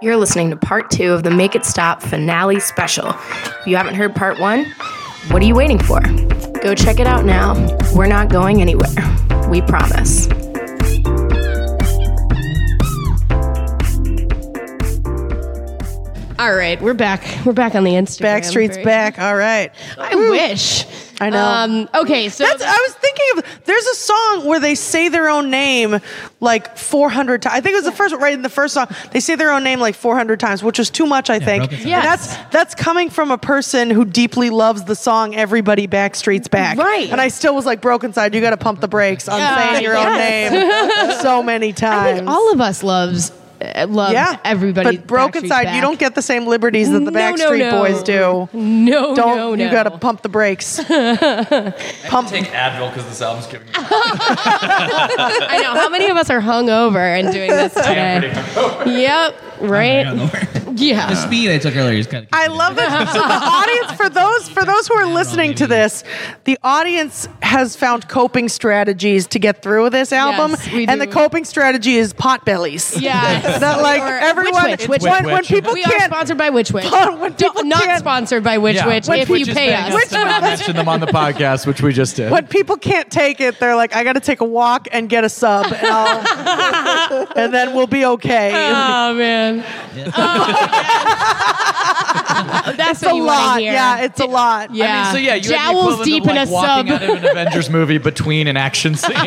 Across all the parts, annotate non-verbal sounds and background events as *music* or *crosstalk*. You're listening to part two of the Make It Stop finale special. If you haven't heard part one, what are you waiting for? Go check it out now. We're not going anywhere. We promise. All right, we're back. We're back on the Instagram. Backstreet's Very- back. Oh. All *laughs* right. I wish. I know. Um, okay, so That's. I was thinking of. There's a song where they say their own name like 400 times. I think it was the first right in the first song. They say their own name like 400 times, which is too much. I think. Broken Spoon. And Yes. That's that's coming from a person who deeply loves the song "Everybody Backstreet's Back." Right. And I still was like, "Broken side, you got to pump the brakes on Yeah. saying your Yes. own *laughs* name so many I times." think all of us loves uh, love yeah, everybody. But broken Backstreet's side, you Back. don't get the same liberties that the No, no, Backstreet no. Boys do. No, Don't no, you no. got to pump the brakes? pump. Take Advil because this album's giving me. *laughs* I know. How many of us are hungover and *laughs* doing this today? yep. Right. The Yeah. speed I took earlier is kind of. I love that. So the *laughs* audience for those for those who are listening to this, the audience has found coping strategies to get through this album, Yes, we and the do. coping strategy is pot bellies. Yeah. that like Or- everyone Witch Witch. when, when people We are can't sponsored by *laughs* Witch Witch. When people Don't- not can't- sponsored by Witch Witch. If you pay us. Which one? mentioned them on the podcast, which we just did. when people can't take it, they're like, I got to take a walk and get a sub, and, *laughs* I'll- and then we'll be okay. Oh man. *laughs* Oh, it's That's what a you want to lot. hear. Yeah, it's a lot. Yeah. I mean, so yeah, you had the jowls equivalent deep of, in like, a walking sub. out of an Avengers movie between an action *laughs* scene. All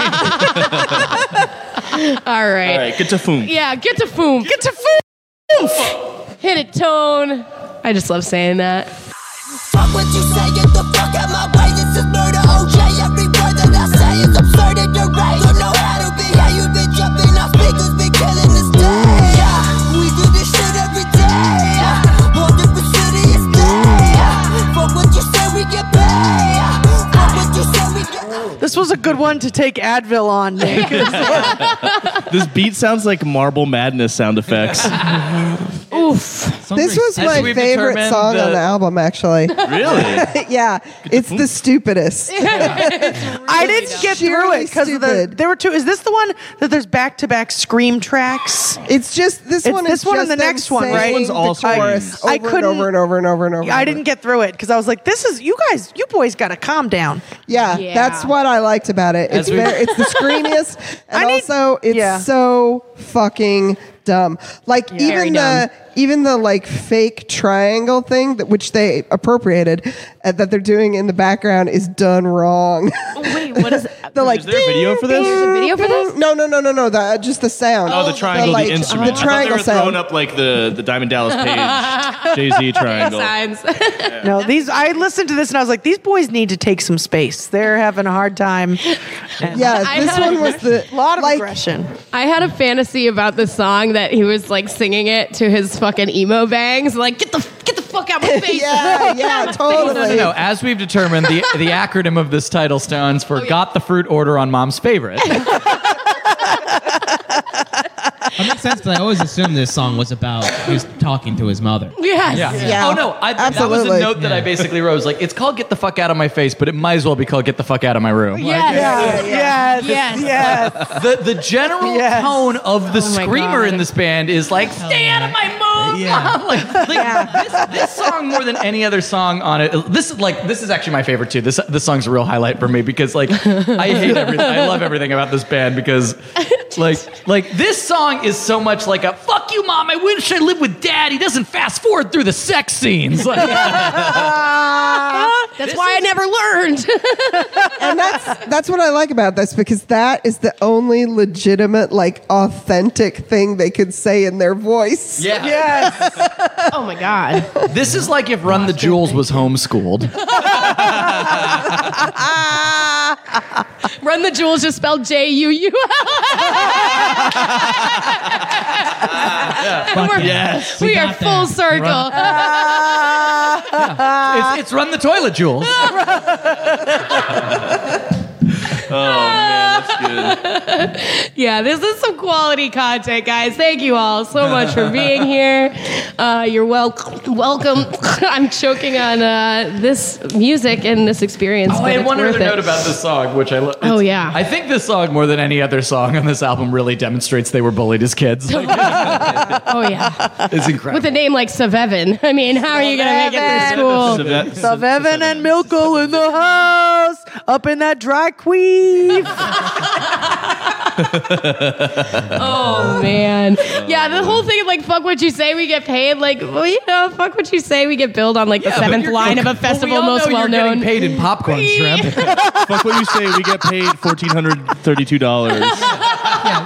right. All right, get to foom. Yeah, get to foom. Get to food. Hit it tone. I just love saying that. Fuck what you say, get the fuck out my way. This is murder, OJ. Every word that I say is absurd and you're right. Don't know how to behave. You've been jumping off speakers, been killing this day. Yeah, we do this shit every day. Yeah, all different city is day. Yeah, fuck what you say, we get paid. Yeah, fuck what you say, we get. This was a good one to take Advil on, Nick. This beat sounds like Marble Madness sound effects. *laughs* Oof. This was As my we've favorite determined, song on the the- album, actually. really? yeah, it's the stupidest. I didn't get through Sheerly it because the, stupid. there were two. Is this the one that there's back to back scream tracks? It's just this It's one. this is one just and the them next one, saying right? This one's the all chorus I over and couldn't- over and over and over and over. I didn't get through it because I was like, "This is you guys. You boys got to calm down." Yeah, Yeah. that's what I liked about it. It's As we- very, it's the screamiest, and I need- also it's yeah. so fucking dumb. Like Very even the even the like fake triangle thing that which they appropriated uh, that they're doing in the background is done wrong. Wait, what is *laughs* that? the like Is there a video for this? a video for this? No, no, no, no, no. The, uh, just the sound. Oh, the triangle, the, like, instrument. The triangle I thought they were sound. throwing up like the, the Diamond Dallas Page, Jay Z triangle. Signs. *laughs* No, these. I listened to this and I was like, "These boys need to take some space. They're having a hard time." Yeah, I this had one was the A lot of like, aggression. I had a fantasy about the song that he was like singing it to his fucking emo bangs, like get the get the fuck out my face. Yeah, yeah, totally. No, no, no. As we've determined, the, the acronym of this title stands for Got the Fruit Order on Mom's Favorite. It makes sense, but I always assumed this song was about he was talking to his mother. *laughs* Yes. Yeah. Yeah. Oh, no. I, That was Absolutely. a note that I basically wrote. It was like, it's called Get the Fuck Out of My Face, but it might as well be called Get the Fuck Out of My Room. Yes. Yes, Yes. yes. The, the general Yes. tone of the my screamer God. in this band is like, stay out of my mom. like, *laughs* like, this, this song more than any other song on it. This is like this is actually my favorite too. This this song's a real highlight for me because like I hate everything. I love everything about this band because like like this song is so much like a fuck you mom. I wish I lived with dad. He doesn't fast forward through the sex scenes. Like, That's why I never learned. *laughs* and that's that's what I like about this because that is the only legitimate, like, authentic thing they could say in their voice. yeah. yes. oh my god. *laughs* This is like if Run the Jewels was homeschooled. Run the jewels just spelled J U U *laughs* L. yes. We We are got full there. circle. It's, it's Run the Toilet Jewels. Oh man, that's Yeah, this is some quality content, guys. Thank you all so much for being here. Uh, you're welcome. Welcome. *laughs* I'm choking on uh, this music and this experience. Oh, but I had it's one worth other it. note about this song, which I love. Oh, yeah. I think this song more than any other song on this album really demonstrates they were bullied as *laughs* kids. Like, Oh yeah, it's incredible. with a name like Sevevin. *laughs* I mean, how are you gonna make it through *laughs* school? Of Evan and Milko in the house, up in that dry queef. *laughs* Oh man, yeah, the whole thing like fuck what you say, we get paid. Like, well, you know, fuck what you say, we get billed on like the seventh line of a festival we all most know well you're getting known. Paid in *laughs* popcorn shrimp. Fuck what you say. We get paid fourteen hundred thirty-two dollars.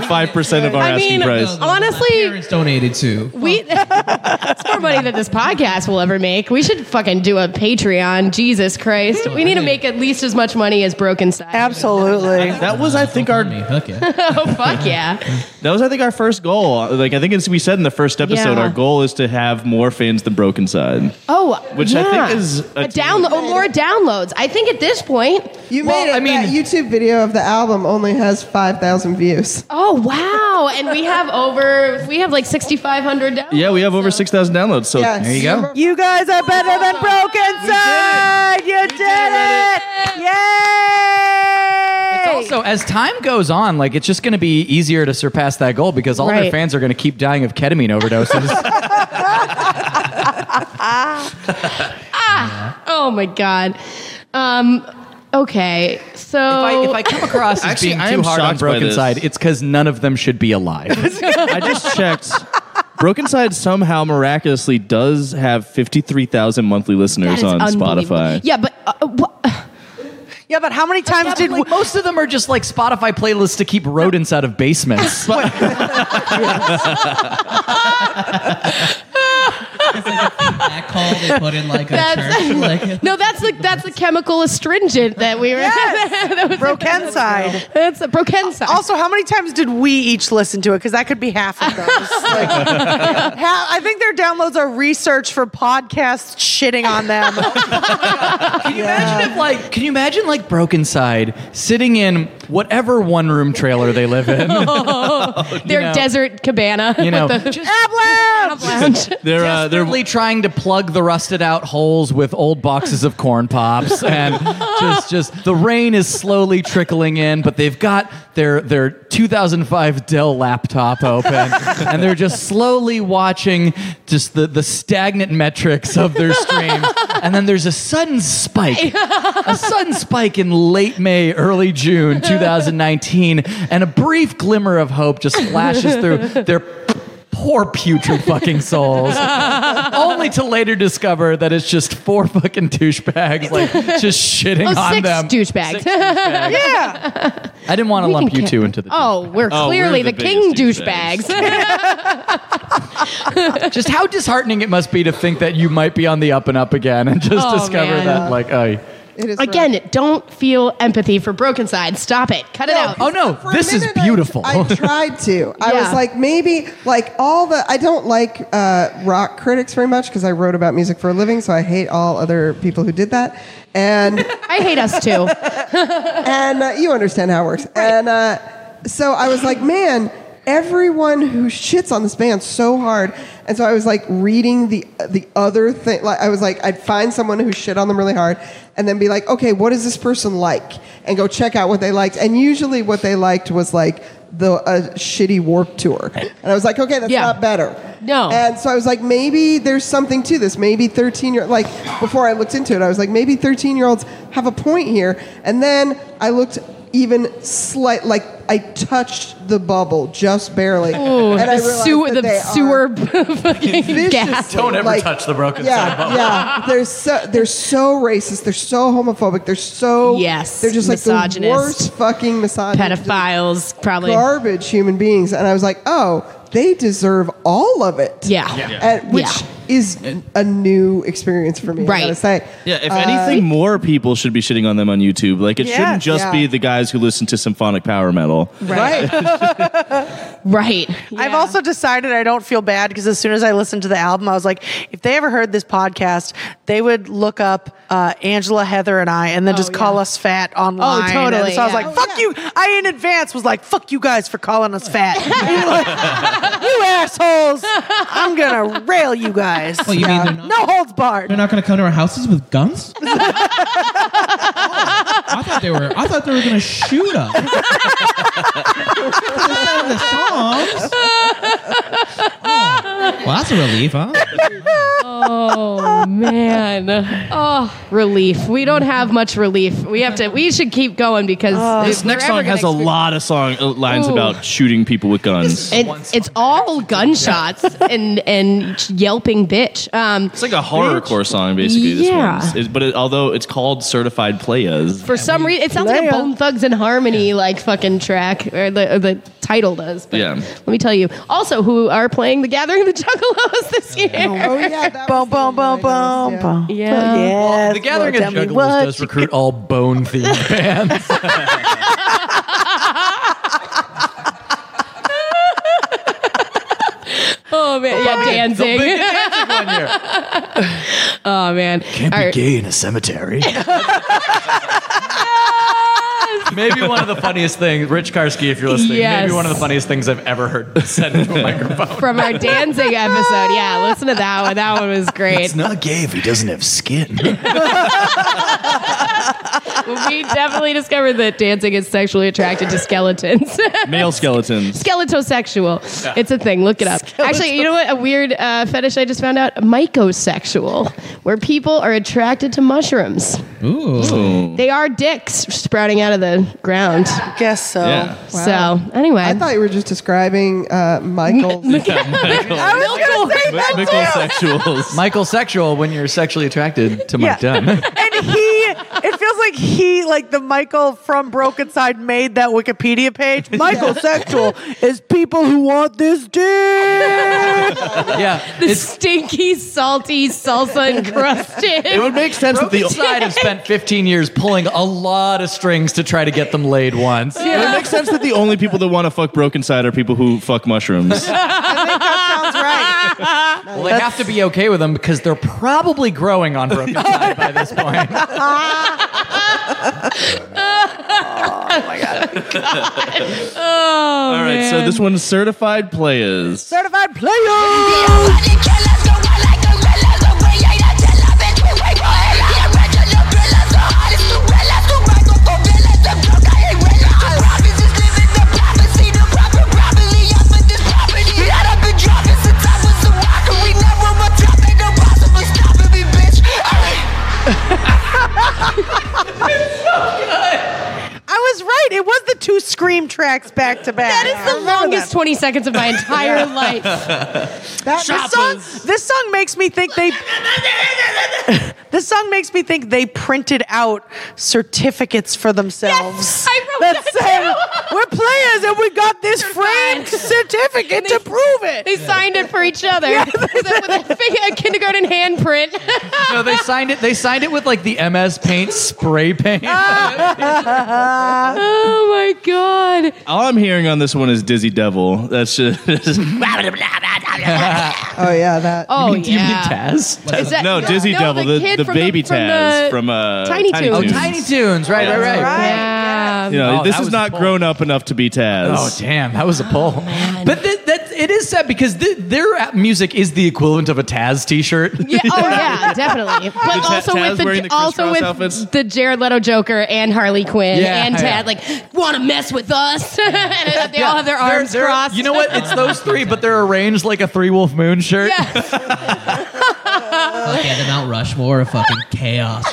Five percent of our I asking mean, price. honestly, Parents donated too. *laughs* we it's more money than this podcast will ever make. We should fucking do a Patreon. Jesus Christ, we need to make at least as much money as Broken Side. Absolutely. That was, I think, our Me, Heck yeah. Oh fuck yeah, *laughs* that was, I think, our first goal. Like I think as we said in the first episode, Yeah. our goal is to have more fans than Broken Side. oh Which I yeah. think is a- download oh, more downloads. I think at this point, You Well, made it. I mean- that YouTube video of the album only has 5,000 views. oh wow, and we have over we have like sixty five hundred downloads. Yeah, we have over six thousand downloads. So Yes. there you go. You guys are better than Broken Side. You did it. Yay. also, as time goes on, like it's just going to be easier to surpass that goal because all Right. their fans are going to keep dying of ketamine *laughs* overdoses. Oh my god. Um, okay, so if I come across as Actually, being I too am hard on shocked by Broken this. Side, it's because none of them should be alive. I just checked. Broken Side somehow miraculously does have fifty-three thousand monthly listeners on unbelievable. Spotify. Yeah, but uh, what? Yeah, but how many Yeah, times but, did we? like, most of them are just like Spotify playlists to keep rodents out of *laughs* basements. That call they put in like a That's- church. Like, *laughs* No, that's the that's the chemical astringent that we were. *laughs* that was- Broken Side. *laughs* that's the brokenza. Also, how many times did we each listen to it? Because that could be half *laughs* of those. Like, ha- I think their downloads are research for podcasts shitting on them. Can you imagine if like can you imagine like Broken Side sitting in whatever one room trailer they live in? their know. desert cabana. You know, with the just Ablam! lounge. *laughs* They're uh, they're desperately trying to plug the rusted out holes with old boxes of *laughs* corn pops and just just the rain is slowly trickling in, but they've got their their 2005 Dell laptop open and they're just slowly watching just the the stagnant metrics *laughs* of their streams. And then there's a sudden spike. A sudden spike in late May, early June 2019, and a brief glimmer of hope just flashes through their poor putrid fucking souls only to later discover that it's just four fucking douchebags like just shitting Oh, on six them. douchebags. *laughs* Yeah. I didn't want to We lump can you kick- two into the. Oh, we're Oh, we're clearly the the, king biggest douchebags. douchebags. Just how disheartening it must be to think that you might be on the up and up again, and just Oh, discover man. that like, oh, It is rough. Again, don't feel empathy for broken side. Stop it. Cut it out. oh no, For a this is minute, I- beautiful. I, tried to. I Yeah. was like, maybe like all the. I don't like uh, rock critics very much because I wrote about music for a living, so I hate all other people who did that. And I hate *laughs* us too. and uh, you understand how it works. And uh, so I was like, man, everyone who shits on this band so hard. And so I was like reading the the other thing. Like I was like, I'd find someone who shit on them really hard, and then be like, okay, what is this person like? And go check out what they liked. And usually, what they liked was like the a shitty Warp Tour. And I was like, okay, that's Yeah. not better. No. And so I was like, maybe there's something to this. Maybe 13 year like before I looked into it, I was like, maybe 13 year olds have a point here. And then I looked even slight like I touched the bubble just barely. Ooh, and I the realized sewer, that the they are sewer *laughs* fucking viciously, gas. Don't ever like- touch the broken yeah, side bubble. Yeah, they're so they're so racist. They're so homophobic. They're so Yes, They're just like the misogynist. worst fucking misogynist Pedophiles, probably. garbage human beings. And I was like, oh, they deserve all of it. Yeah. Yeah. And, which Yeah. is a new experience for me. Right. I gotta say. Yeah, Uh, if anything, more people should be shitting on them on YouTube. Like, it Yeah. shouldn't just Yeah. be the guys who listen to symphonic power metal. Right. *laughs* Right. I've *laughs* Yeah. also decided I don't feel bad because as soon as I listened to the album, I was like, if they ever heard this podcast, they would look up uh, Angela, Heather, and I, and then just call Oh, yeah. Oh, us fat online. And totally, so I was yeah. like, fuck you. I in advance was like, fuck you guys for calling us fat. *laughs* you assholes. I'm gonna rail you guys. Well, you mean they're not- no holds barred. They're not going to come to our houses with *laughs* guns. I thought they were. I thought they were going to shoot us. That's not in the songs. Oh, well, that's a relief, huh? *laughs* Oh man. Oh, relief. We don't have much relief. We have to we should keep going because Oh. This next song has a lot of song uh, lines Ooh. about shooting people with guns. It, *laughs* it's all gunshots and and yelping bitch. Um, It's like a horrorcore song, basically. This Yeah. one, It's- but it, although it's called Certified Playas, for some reason, it sounds like a Leia. Bone Thugs and Harmony like fucking track, or the, or the title does. But Yeah. let me tell you, also who are playing the Gathering of the Juggalos *laughs* this year? Oh yeah, that Boom, was boom, the boom, one I boom, noticed, boom. Yeah. Well, yes, The Gathering Lord, of tell me Juggalos what does you recruit all *laughs* bone themed bands. Oh man, yeah, dancing. *laughs* Oh man, Can't All be right. gay in a *laughs* cemetery. Maybe one of the funniest things, Rich Karski, if you're listening, Yes. maybe one of the funniest things I've ever heard *laughs* said into a microphone. from our dancing episode. Yeah, listen to that one. That one was great. not gay if he doesn't have skin. we definitely discovered that dancing is sexually attracted to skeletons. *laughs* male skeletons. Skeletosexual. It's a thing. Look it up. Actually, you know what? A weird uh, fetish I just found out: mycosexual, where people are attracted to mushrooms. Ooh. They are dicks sprouting out of the ground. Guess so. Yeah. So anyway, I thought you were just describing uh, *laughs* Michael. Mickle sexuals. *laughs* Michael sexual when you're sexually attracted to Mike Yeah. *laughs* Dunn. *laughs* and he it feels like he like the michael from broken side made that wikipedia *laughs* page michael sexual is people who want this dick yeah. the stinky, salty, salsa encrusted. it would make sense that the Broken Side have spent 15 years pulling a lot of strings to try to get them laid once. it would make sense that the only people that want to fuck Broken Side are people who fuck mushrooms. *laughs* sounds right Well, they have to be okay with them because they're probably growing on *laughs* Broken Side by this point. Oh, All right, so man. this one's Certified Playas. certified player i was right it was the two scream tracks back to back That is the longest 20 seconds of my entire life. That this song, this song makes me think they *laughs* this song makes me think they printed out certificates for themselves Yes, I wrote that that say we're players and we got this framed certificate to prove it They signed it for each other *laughs* with, a, with a fig- a kindergarten handprint. *laughs* No, they signed it. They signed it with like the MS Paint spray paint. oh my god. All I'm hearing on this one is Dizzy Devil. That's just *laughs* Oh yeah, that. Oh Do you mean yeah. Taz? Is that- no Dizzy Devil, the, kid the, from baby from Taz the- from, uh, Tiny Oh, Toons. Tiny Toons. Right, right, right. right. Yeah. You know, Oh, this that is was a not pull. grown up enough to be Taz. Oh damn, that was a pull. Oh, but that, that it is sad because th- their app music is the equivalent of a Taz T-shirt. Yeah, oh *laughs* yeah, definitely. But Ta- also Taz with the, wearing the also crisscross with outfits? the Jared Leto Joker and Harley Quinn Yeah, and Tad yeah. like want to mess with us, *laughs* and they all have They're- their arms they're- crossed. You know what? It's those three, but they're arranged like a Three Wolf Moon shirt. Yes. Fuck yeah, the Mount Rushmore of fucking chaos.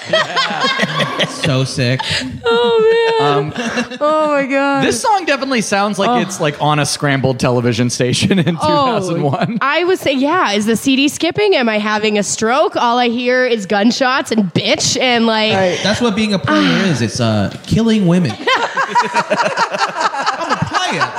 so sick. Oh man. oh my god. This song definitely sounds Oh. like it's like on a scrambled television station in 2001. I would say, yeah. Is the CD skipping? Am I having a stroke? All I hear is gunshots and bitch and like. Right. That's what being a player is. It's uh, killing women. I'm a player.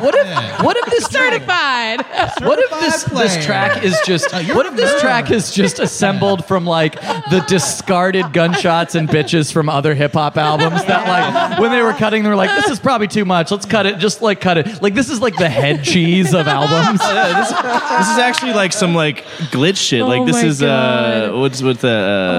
What if what if this track, Certified. what if this this player. track is just you're what if a this nerd. track is just assembled from like the discarded gunshots and bitches from other hip hop albums that like when they were cutting they were like this is probably too much let's cut it just like cut it like this is like the head cheese *laughs* of albums *laughs* This is actually like some like glitch shit. Oh like this my is uh, God. what's with oh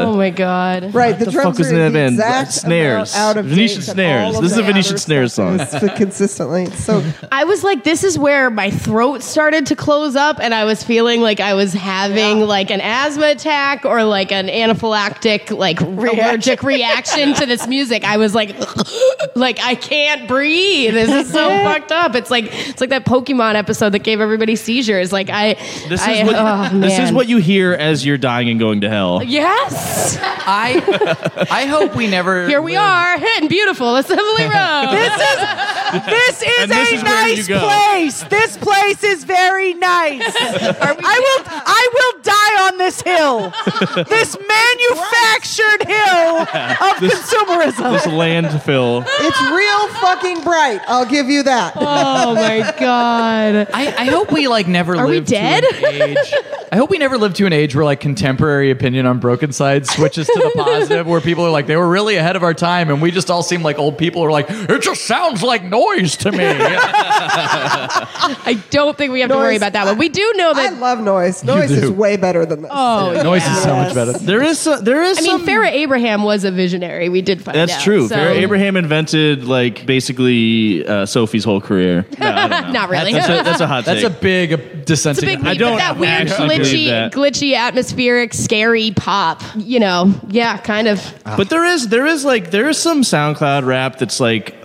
the uh, my god. Right, the, the drums fuck was are in that the band? exact Snares. amount out of Venetian date of snares. all of This is the a Venetian other snares stuff. It *laughs* was consistently, it's so I was like, this is where my throat started to close up, and I was feeling like I was having like an asthma attack or like an anaphylactic, *laughs* like allergic reaction to this music. I was like, *laughs* like I can't breathe. This is *laughs* so fucked up. It's like it's like that Pokemon episode that gave everybody seizures. Like I, This I- is what *laughs* oh, this is man. what you hear as you're dying and going to hell. Yes, I I hope we never here we are, and beautiful *laughs* Assembly Road. This is this is And this a is where you nice go. place. This place is very nice. I will I will die on this hill. This manufactured hill of consumerism. This *laughs* landfill. it's real fucking bright. I'll give you that. oh my god. *laughs* I, I hope we like never Are we live dead? to an age. I hope we never live to an age where like contemporary opinion on Broken Side switches to *laughs* the positive, where people are like they were really ahead of our time, and we just all seem like old people. Are like it just sounds like noise *laughs* to me. I don't think we have to worry Noise. about that one. We do know I that. love noise. Noise do. is way better than this. oh, noise is so Yes. much better. There is some, there is I mean, some Farrah Abraham was a visionary. We did find That's out, true. so- Farrah Abraham invented like basically uh, Sophie's whole *laughs* career. No, I don't know. Not really. That's a, that's a hot That's a take. big uh, It's a dissenting. big I leap, don't but that weird actually glitchy, believe that. glitchy, atmospheric, scary pop. You know, yeah, kind of. but there is there is like there is some SoundCloud rap that's like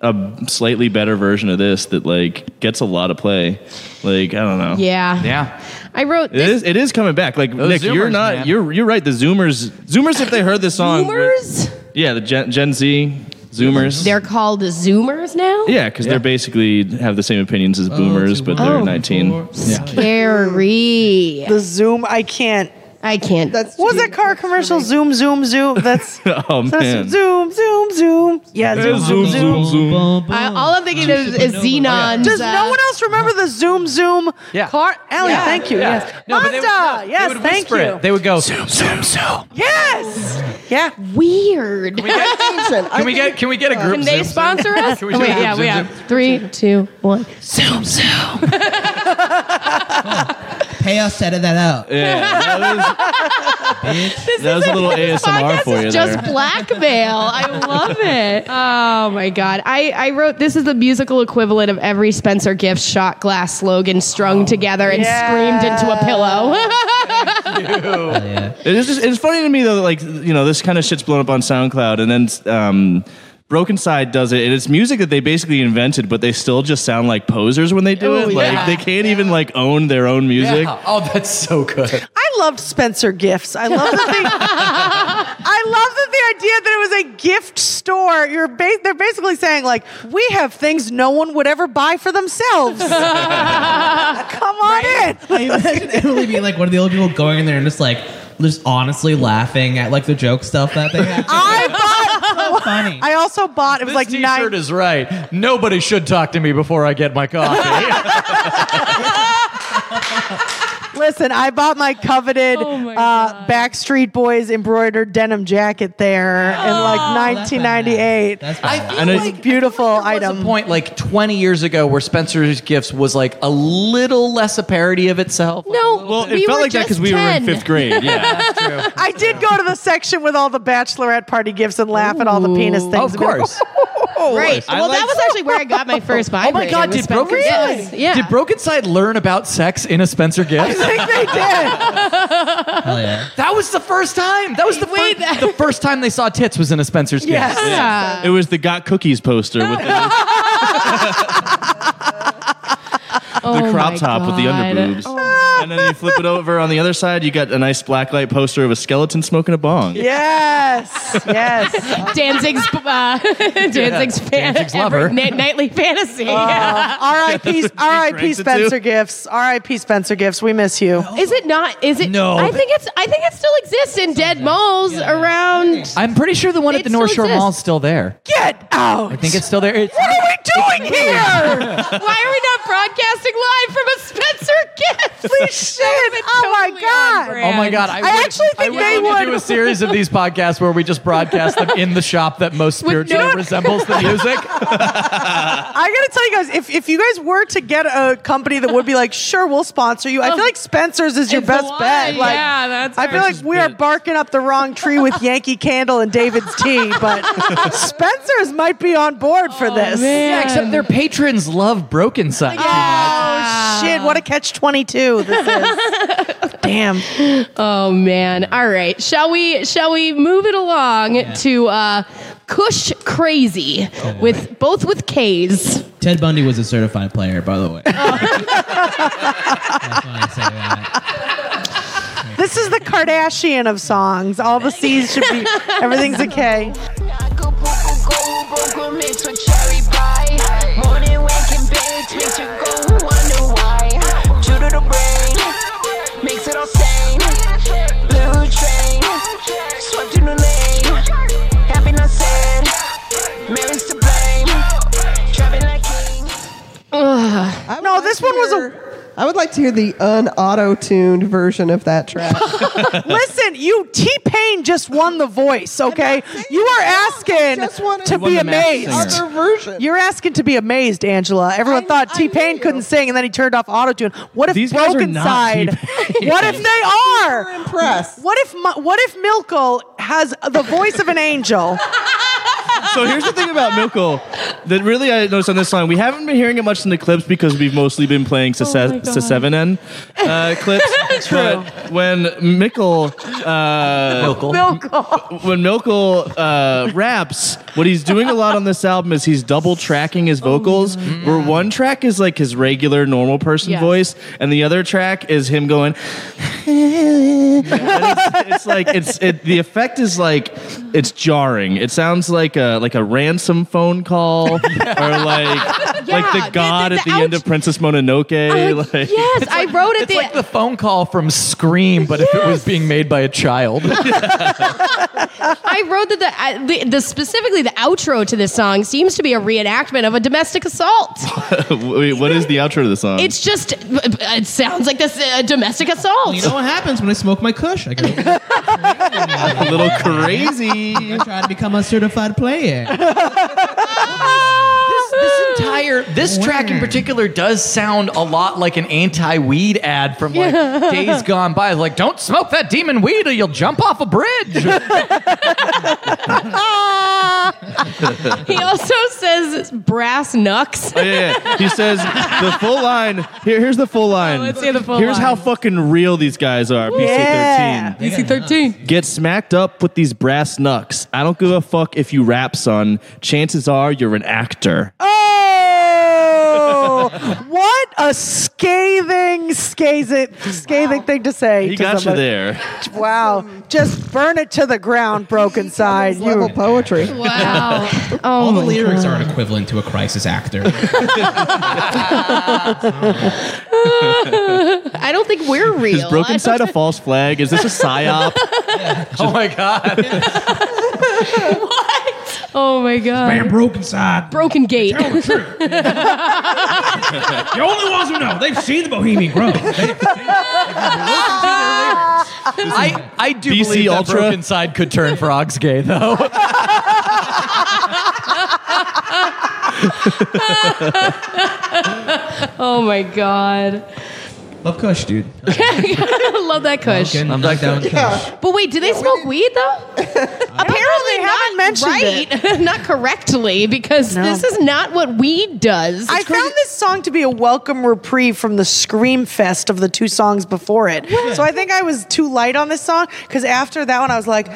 a slightly better version of this that like gets a lot of play. Like I don't know. Yeah. yeah, I wrote It this. is. It is coming back. Like Those Nick, you're Zoomers, not. man. You're you're right. The Zoomers. Zoomers. If they heard this song. would- Zoomers? Yeah, the Gen, Gen Z Zoomers. They're called Zoomers now. yeah, because they're basically have the same opinions Oh, as boomers, but they're Oh. 19. Scary. The zoom I can't. I can't. That's What was that car commercial? Zoom, zoom, zoom. That's, Oh man. that's zoom, zoom, zoom. Yeah, zoom, zoom, zoom. I, all I'm thinking of is Xenon's. Does uh, no one else remember the zoom, zoom Yeah. car? Oh, Allie, Yeah. thank you. Yeah. Yes. No, but they would- Mazda, no, they yes, would thank whisper you. It. They would go zoom, zoom, zoom. *laughs* yes. Yeah. Weird. Attention. I Can we get can we get a group? Can they zoom, zoom? sponsor us? Can we Oh, do wait, zoom, yeah, we zoom, have zoom? three, two, one. Pay us to edit that out. Yeah, *laughs* that was, that was a *laughs* little ASMR podcast for you is there. just blackmail. I love it. Oh my god! I, I wrote this is the musical equivalent of every Spencer Gift shot glass slogan Oh. strung together and screamed into a pillow. It is just, it's funny to me though, that, like you know, this kind of shit's blown up on SoundCloud, and then um, Broken Side does it, and it's music that they basically invented, but they still just sound like posers when they Oh, do it. Like they can't even like own their own music. Yeah. Oh, that's so good. I loved Spencer Gifts. I love that they. *laughs* I love that the idea that it was a gift store. You're ba- they're basically saying like, we have things no one would ever buy for themselves. *laughs* Come on I in. imagine Emily being like one of the old people going in there and just like just honestly laughing at like the joke stuff that they had. I bought. so funny. Oh, I also bought. It was This like T-shirt nine. is right. Nobody should talk to me before *laughs* I get my coffee. Listen, I bought my coveted uh, Backstreet Boys embroidered denim jacket there in like That's bad. 1998. That's I bad. feel And it- like Beautiful there was a item. point like 20 years ago where Spencer's Gifts was like a little less a parody of itself. *laughs* no, Well, it we felt were like that because just we were in 10. fifth *laughs* grade. Yeah, I did go to the section with all the bachelorette party gifts and laugh at all the penis things. *laughs* Oh, of course. "Oh, Right. I Well, that liked- was actually where I got my *laughs* first oh vibrator. my God, was did Spencer Broken Gifts. Side, Yeah. did Broken Side learn about sex in a Spencer Gifts? I think they did. Hell yeah. that was the first time. That was the, Wait, first, the first time they saw tits was in a Spencer's Yes. Gifts. it was the Got Cookies poster with the, the Oh my crop top with the God. underboobs. Oh my and then you flip it over on the other side. You got a nice blacklight poster of a skeleton smoking a bong. Yes, *laughs* yes. Danzig's, uh, *laughs* Danzig's, fan, Danzig's every lover. night- nightly fantasy. Oh. Uh, R.I.P. R.I.P. Ranks it too. Spencer Gifts. R.I.P. Spencer Gifts. We miss you. Is it not? Is it? No. I think it's. I think it still exists in dead malls around. I'm pretty sure the one It at the North still Shore Mall exists. is still there. Get out. I think it's still there. It's, What are we doing here? Why are we not broadcasting live from a Spencer gift? Holy shit. Oh my God. oh my god! I, I would- actually I think would they love to do would. a series of *laughs* these podcasts where we just broadcast them in the shop that most With spiritually no- resembles the *laughs* music. I gotta tell you guys, if, if you guys were to get a company that would be like, sure, we'll sponsor you, I feel like Spencer's is your It's best the one. bet. Like, yeah, that's. I feel like we are barking up the wrong tree with Yankee Candle and David's Tea, *laughs* but Spencer's might be on board for this. Yeah, except their patrons love Broken Side. Oh shit! What a catch twenty-two this is. Damn. Oh man! All right, shall we? Shall we move it along to uh, Kush Crazy Oh, with both with K's. Ted Bundy was a certified player, by the way. *laughs* That's why I say that. This is the Kardashian of songs. All the C's should be. Everything's a K. I would No, like this to one was a- hear- I would like to hear the un-auto-tuned version of that *laughs* track. Listen, you T Pain just won the voice. Okay, you are Just asking wanted- to He won be the Masked Singer. amazed. Other version. You're asking to be amazed, Angela. Everyone I- thought I T Pain knew. couldn't sing, and then he turned off autotune. What if These guys are Broken not Side? What if they You're are? impressed. What if Mi- what if Milkel has the voice of *laughs* an angel? So here's the thing about Milko that really I noticed on this song. We haven't been hearing it much in the clips because we've mostly been playing Sesevenen uh, clips. But when Mikkel, uh, Milkel. when Milkel uh, raps, what he's doing a lot on this album is he's double tracking his vocals. Where one track is like his regular normal person Oh, Yeah. voice, and the other track is him going. And it's, it's like it's it, the effect is like it's jarring. It sounds like a like a ransom phone *laughs* call or like like the- the the- god the Uh, at the end ouch- of Princess Mononoke. like, *laughs* yes, I wrote it. It's like the phone call from Scream, but if it was being made by a child. I wrote that the, I- the, the specifically the outro to this song seems to be a reenactment of a domestic assault. *laughs* Wait, what is the outro to the song? It's just uh, it sounds like this uh, domestic assault. You know what happens when I smoke my Kush? I go, a *laughs* little crazy. I try to become a certified player. *laughs* this entire this track in particular does sound a lot like an anti-weed ad from like days gone by. Like, don't smoke that demon weed or you'll jump off a bridge. *laughs* he also says brass knucks. Oh, yeah, yeah. He says the full line. Here, here's the full line. Oh, let's hear the full here's how line. fucking real these guys are. Yeah. PC13. DC thirteen. Get smacked up with these brass knucks. I don't give a fuck if you rap, son. Chances are you're an actor. Oh, what a scathing, scathing, scathing thing to say. He to got you somebody. there. Wow, just burn it to the ground, broken side. Level You, poetry. Wow. Oh All the lyrics are an equivalent to a crisis *laughs* actor. I don't think we're real. Is broken side *laughs* a false flag? Is this a psyop? *laughs* oh my god. Oh my god. broken side. Broken gate. Tell the truth. the only ones who know. They've seen the Bohemian Grove. They- I, I do BC believe Ultra? that Broken Side could turn frogs gay though. *laughs* Oh my god. Love Kush, dude. I *laughs* love that Kush. I'm like down with Kush. But wait, do they smoke weed *laughs* though? Apparently haven't not mentioned right, *laughs* not correctly because No. this is not what weed does. I found this song to be a welcome reprieve from the scream fest of the two songs before it. So I think I was too light on this song because after that one, I was like,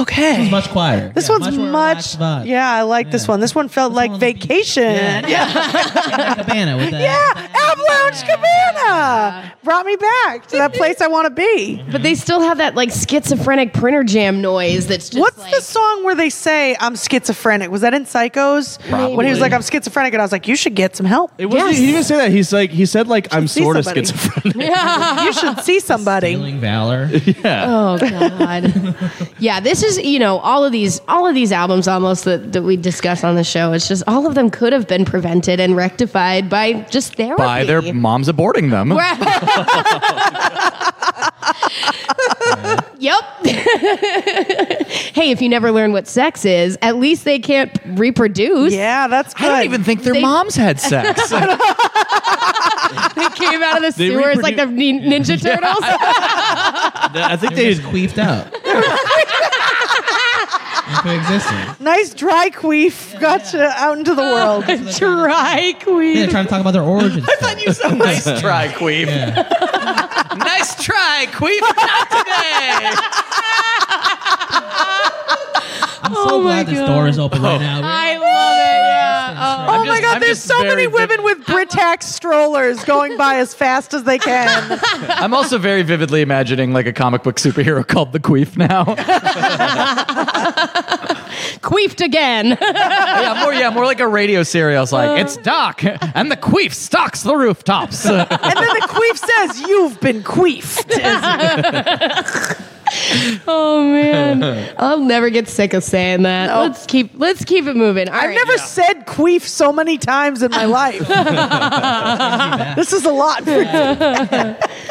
okay. Much quieter. This Yeah, one's more much, relaxed vibe. yeah. I like this one. This one felt like one on the beach. vacation. Yeah. *laughs* Cabana with that. Yeah, Avalanche Cabana. Yeah. Brought me back to that place I want to be. But they still have that like schizophrenic printer jam noise that's just What's like the song where they say I'm schizophrenic? Was that in Psychos? When he was like, I'm schizophrenic, and I was like, you should get some help. It wasn't. He didn't say that. He's like he said like I'm see sort of somebody. schizophrenic. you should see somebody. Healing valor. yeah. Oh God! yeah, this is you know all of these all of these albums almost that, that we discuss on the show. It's just all of them could have been prevented and rectified by just therapy. By *laughs* their moms aborting them. yep. *laughs* hey, if you never learn what sex is, at least they can't reproduce. Yeah, that's good. I don't even think their They- moms had *laughs* sex. They came out of the They sewers like the nin- Ninja Turtles. *laughs* I *laughs* think They they. just queefed out. Into existence. nice dry queef. Gotcha out into the world. Ah, *laughs* Dry Yeah, queen. trying to talk about their origins. I thought you said nice *laughs* try, Queef. nice try, Queef. Not today. I'm so glad this door is open right now. I love it. Yeah. Oh my just- God! I'm there's just so many very women vivid- with Britax strollers going by as fast as they *laughs* can. I'm also very vividly imagining like a comic book superhero called the Queef now. *laughs* Queefed again. yeah, more yeah, more like a radio serial. It's like it's Doc and the Queef stalks the rooftops. *laughs* And then the queef says, You've been queefed. Oh man, I'll never get sick of saying that. Let's keep let's keep it moving. All I've right. never said queef so many times in my life. this is a lot. For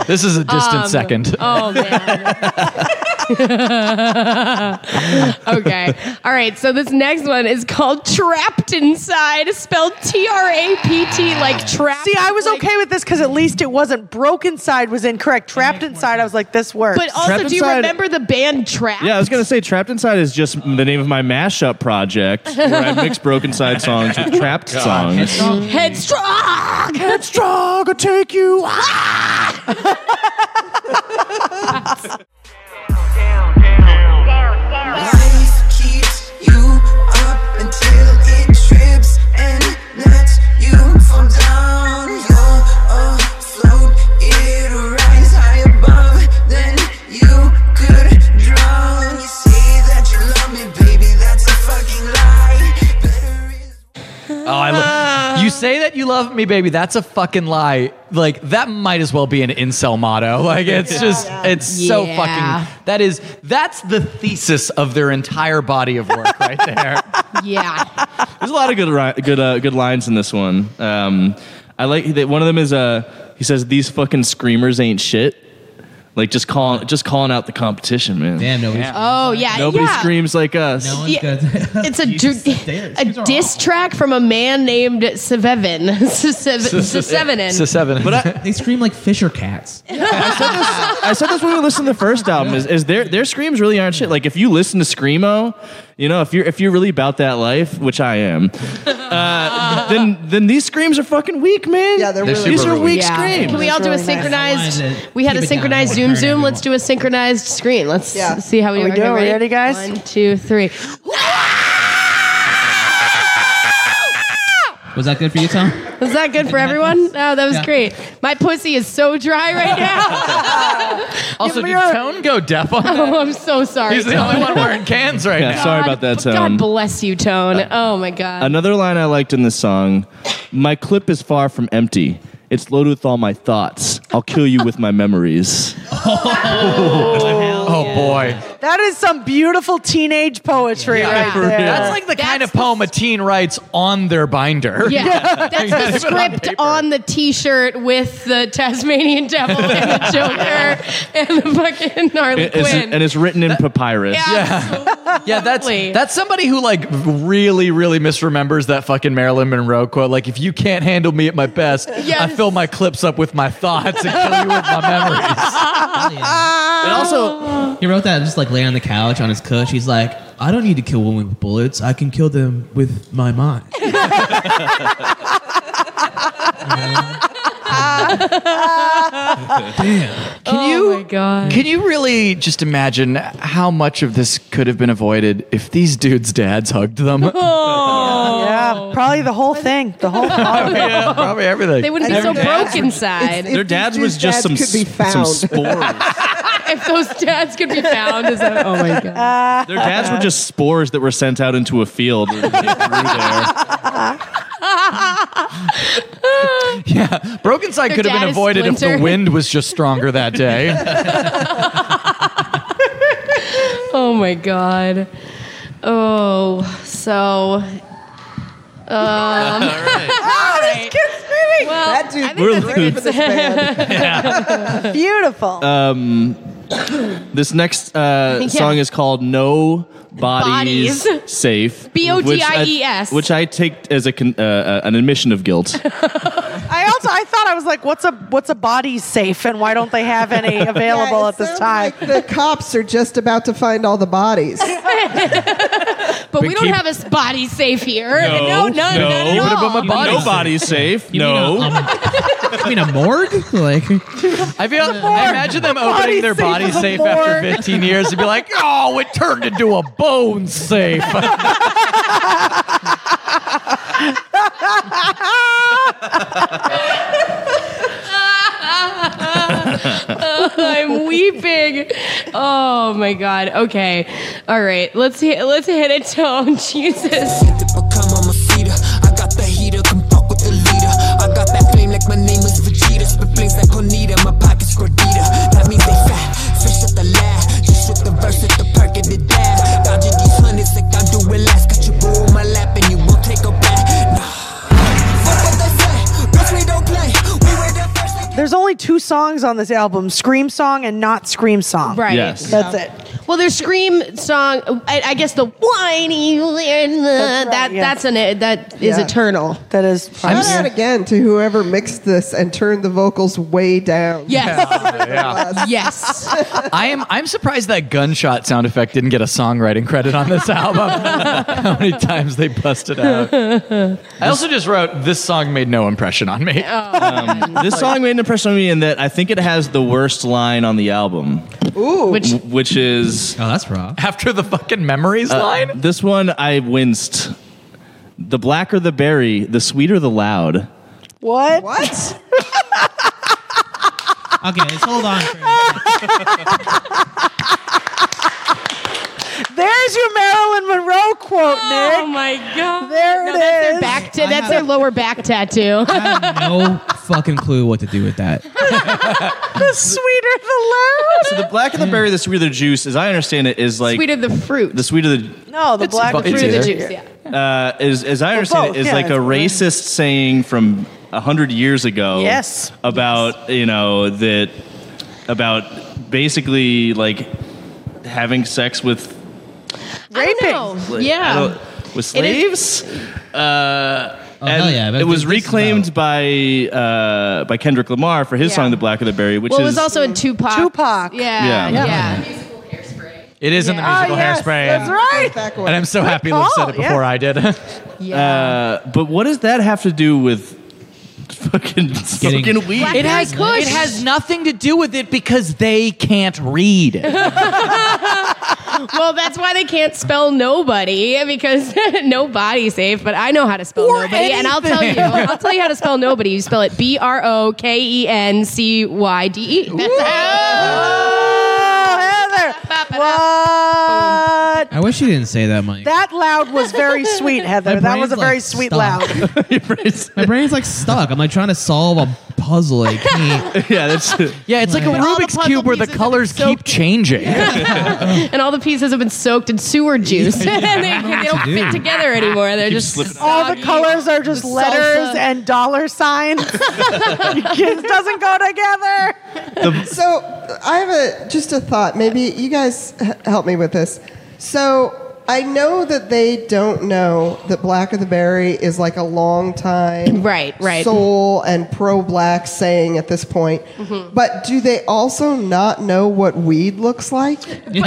this is a distant Um, second. *laughs* uh, Oh man. *laughs* okay. All right. So this next one is called "Trapped Inside," spelled T-R-A-P-T, like trapped. See, I was like- okay with this because at least it wasn't broke inside was incorrect. Trapped inside, I was like, this works. But also, Trapped do you Inside- remember the band Trapped? Yeah, I was gonna say "Trapped Inside" is just the name of my mashup project where I mix Broken Side songs with Trapped songs. Headstrong. *laughs* Headstrong, I'll take you. Ah! Life keeps you up until it trips and lets you fall down. You're afloat, it rises high above than you could drown. You say that you love me, baby, that's a fucking lie. Better is. Oh, I lo- you say that you love me, baby. That's a fucking lie. Like that might as well be an incel motto. *laughs* Like it's just, it's so Yeah. fucking. That is, that's the thesis of their entire body of work right *laughs* there. yeah. There's a lot of good ri- good uh, good lines in this one. Um, I like that one of them is uh, he says these fucking screamers ain't shit. Like just calling just calling out the competition, man. Damn, nobody's, Oh yeah. Nobody yeah. screams like us. no one's Yeah. good. It's a, Jesus, dr- stairs. a These are diss track from a man named Sevevin. *laughs* It's a Sevevin. seven. But awful. They scream like Fisher cats. I said this when we listened to the first album. Is, is their their screams really aren't shit? Like if you listen to screamo, you know if you're if you're really about that life, which I am, uh, then then these screams are fucking weak, man. Yeah, they're They're really these super are weak Yeah. screams. Can we all do a That's really nice. synchronized? I wanted to We had keep a it down. synchronized I zoom wanna zoom. turn Let's do a synchronized screen. Let's Yeah. see how we, we are. doing? We ready, guys? One, two, three. Was that good for you, Tom? Was that *laughs* good for everyone? Oh, that was Yeah. great. My pussy is so dry right now. *laughs* also, did are- Tone go deaf on that? *laughs* oh, I'm so sorry. He's the *laughs* Tone. only one wearing cans right Yeah, now. sorry about that. God Tone. bless you, Tone. Oh my God. Another line I liked in this song: "My clip is far from empty. It's loaded with all my thoughts. I'll kill you with my memories." Oh boy, That is some beautiful teenage poetry right For there. that's like the kind of poem a teen writes on their binder. *laughs* Yeah, that's the script on the T-shirt with the Tasmanian Devil and the Joker and the fucking Harley It- it's- Quinn. and it's written in papyrus. yeah, Yeah, that's Totally. that's somebody who like really, really misremembers that fucking Marilyn Monroe quote. Like, if you can't handle me at my best, I Yes. fill my clips up with my thoughts and kill you with *laughs* my And also, He wrote that just like laying on the couch on his couch. He's like, I don't need to kill women with bullets. I can kill them with my mind. Damn. memories. Can Oh my god. Can you really just imagine how much of this could have been avoided if these dudes' dads hugged them? yeah. Oh. Probably the whole thing. The whole. Bottom. yeah, *laughs* probably everything. They wouldn't be so broke inside. If Their dads these was just dads some could be sp- some found. spores. if those dads could be found, is that, oh my god. Their dads were just spores that were sent out into a field. and they grew there. yeah, broken side could have dad been is avoided if the Splinter. wind was just stronger that *laughs* day. Oh my god. Oh, so um. *laughs* Oh, that dude We're was great for this band. Beautiful. This next uh, Yeah. song is called "No Bodies, Bodies. Safe." B O T which I- I E S. which I take as a con- uh, uh, an admission of guilt. I also I thought I was like, what's a what's a body safe, and why don't they have any available Yeah, it at this sounds time? like *laughs* the cops are just about to find all the *laughs* bodies. but we don't keep- have a s- body safe here. No, no, none, no. What none at all. about my body? No bodies uh, safe. You no. Mean a, um, *laughs* you mean a morgue? Like, I feel. I imagine them Body opening their safe body is a safe morgue. after 15 years and be like, "Oh, it turned into a bone safe." *laughs* I'm weeping. Oh my god. Okay. All right. Let's hit. Let's hit it *laughs* tone. Jesus. If I come, I'm a feeder. I got the heater, come fuck with the leader. I got that flame like my name is Vegeta. Spit flames like Cornita, my pockets Gordita. That means they fat, fish at the lab. Just with the verse at the perk and the dab. Dodging these hundreds like I'm doing last. Got your boo on my lap and you won't take a back. Nah. Fuck what they say, bitch, we don't play. We were the first to There's only two songs on this album: Scream Song and Not Scream Song. Right. *laughs* Yes. That's it. Well, their scream song. I, I guess the whiny. That's that yeah. that's an that is Yeah. eternal. That is. Shout out again to whoever mixed this and turned the vocals way down. Yes. yeah. Yes. I am. I'm surprised that gunshot sound effect didn't get a songwriting credit on this album. *laughs* How many times they busted out? I also just wrote this song made no impression on me. This song made an impression on me in that I think it has the worst line on the album, Which which is uh, oh, that's raw. After the fucking memories line. this one I winced. The blacker the berry, the sweeter the loud. What? What? Okay, let's hold on. For a minute. *laughs* There's your Marilyn Monroe quote, Oh Nick. my god! There no, it that's Their is. back ta- I that's have- their lower back *laughs* tattoo. I have no fucking clue what to do with that. The sweeter the *laughs* So the blacker the berry, the sweeter the juice, as I understand it, is like Sweeter the fruit. the sweeter the loud. No, the black it's Fruit either. the is- juice. Yeah. uh, is as I understand both, it is yeah, like a it's- racist saying from a hundred years ago. Yes. About you know that about basically like having sex with I don't know. I Yeah. don't- with It is- slaves. Uh, and Oh, hell yeah, but it was this is reclaimed by uh, by Kendrick Lamar for his Yeah. song "The Black of the Berry," which Well, it is was also in Tupac. Tupac. Yeah. Yeah. Yeah. It is in the Yeah. musical Oh, yes, hairspray. that's and- right. Back away. And I'm so happy call, Liv said it yeah. before I did. *laughs* Yeah. uh, but what does that have to do with fucking Getting- fucking weed? It has Kush. it has nothing to do with it because they can't read. well, that's why they can't spell nobody because *laughs* nobody's safe. But I know how to spell nobody, and I'll tell you. I'll tell you how to spell nobody. You spell it B R O K E N C Y D E. That's Oh, how. Heather. What? I wish you didn't say that, Mike. Uh, That loud was very sweet, Heather. My That was a brain's very like, sweet stop. loud. My brain's like stuck. I'm like trying to solve a puzzle. I *laughs* can't. yeah, that's Yeah, it's like a Right. All the Rubik's puzzle cube where the pieces colors have been keep changing. And all the pieces have been soaked in sewer juice, *laughs* and they, they don't do. fit together anymore. They're just slipping All the soggy. colors are just The letters salsa. and dollar *laughs* signs. it doesn't go together. So I have a just a thought. Maybe you guys h- help me with this. So I know that they don't know that Black of the Berry is like a long time Right, right. soul and pro black saying at this point. Mm-hmm. But do they also not know what weed looks like? Is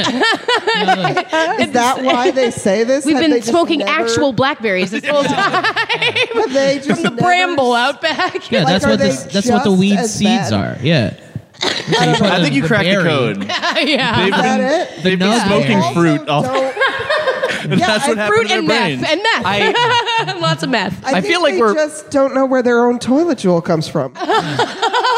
that *laughs* why they say this? Uh, We've Have they been just smoking never- actual blackberries this whole time. have they just *laughs* From the never- bramble out back. *laughs* Yeah, Like, that's are what they this, that's what the just weed as seeds bad? are. Yeah. *laughs* I *laughs* think you cracked the code. yeah. *laughs* Is that it? The They've been nose smoking hair. oh. fruit all Don't- And that's what I- happened Fruit to and their meth. brains. And meth. *laughs* Lots of meth. I, *laughs* I think feel like they we're- just don't know where their own toilet jewel comes *laughs* from.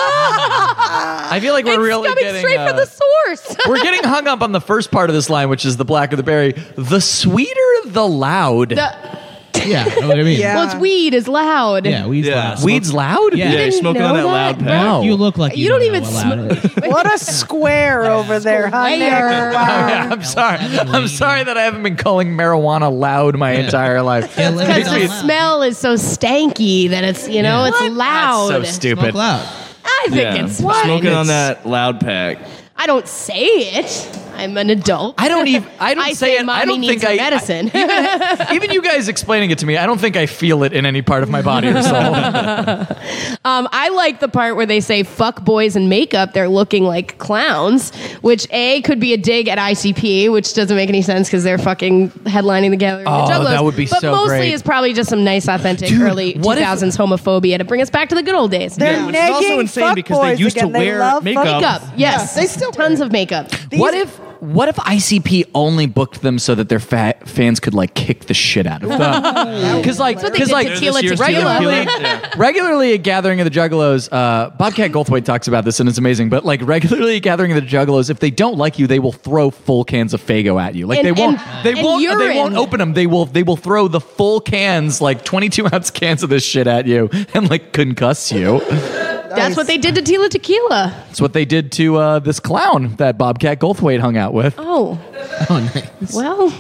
I feel like we're it's really coming getting straight uh, from the source. *laughs* we're getting hung up on the first part of this line, which is the black of the berry. The sweeter, the loud. The- Yeah, know what I mean? Yeah. well, it's weed is loud. yeah, weeds. Yeah. loud. Weeds loud. Yeah. Yeah, you're didn't smoking on that, know loud that? pack. You look like you, You don't know even what loud it is. What a square over there, huh? Nick? Oh, yeah, I'm sorry. I'm sorry that I haven't been calling marijuana loud my entire life. Yeah, let me Because know. the smell is so stanky that it's you know it's loud. That's so stupid. Smoke loud. I think Yeah. it's fine. Smoking on that loud pack. I don't say it. I'm an adult. I don't even. I don't *laughs* I say say it. I mommy don't needs think I. *laughs* medicine. *laughs* I- even you guys explaining it to me, I don't think I feel it in any part of my body or soul. *laughs* *laughs* Um, I like the part where they say fuck boys in makeup. They're looking like clowns, which A could be a dig at ICP, which doesn't make any sense because they're fucking headlining the gathering. of Oh, Juggalos. that would be but so mostly great. it's probably just some nice, authentic Dude, early what if- 2000s homophobia to bring us back to the good old days. They're Which is also negging insane because they fuckboys used to again. They wear love makeup. Makeup, yes. Yeah, they still tons of makeup. what if? What if ICP only booked them so that their fa- fans could like kick the shit out of *laughs* them? Because like, That's because what they did to like, Teal- Tequila, This year's tequila. tequila. Yeah. regularly at Gathering of the Juggalos, uh, Bobcat Goldthwait talks about this and it's amazing, but like regularly at Gathering of the Juggalos, if they don't like you, they will throw full cans of Fago at you. Like And- they won't, and- they and won't, they urine. won't open them. They will, they will throw the full cans, like 22 ounce cans of this shit at you and like concuss you. That's what they did to Tila Tequila. That's what they did to uh, this clown that Bobcat Goldthwait hung out with. *laughs* Oh, Oh, nice. well,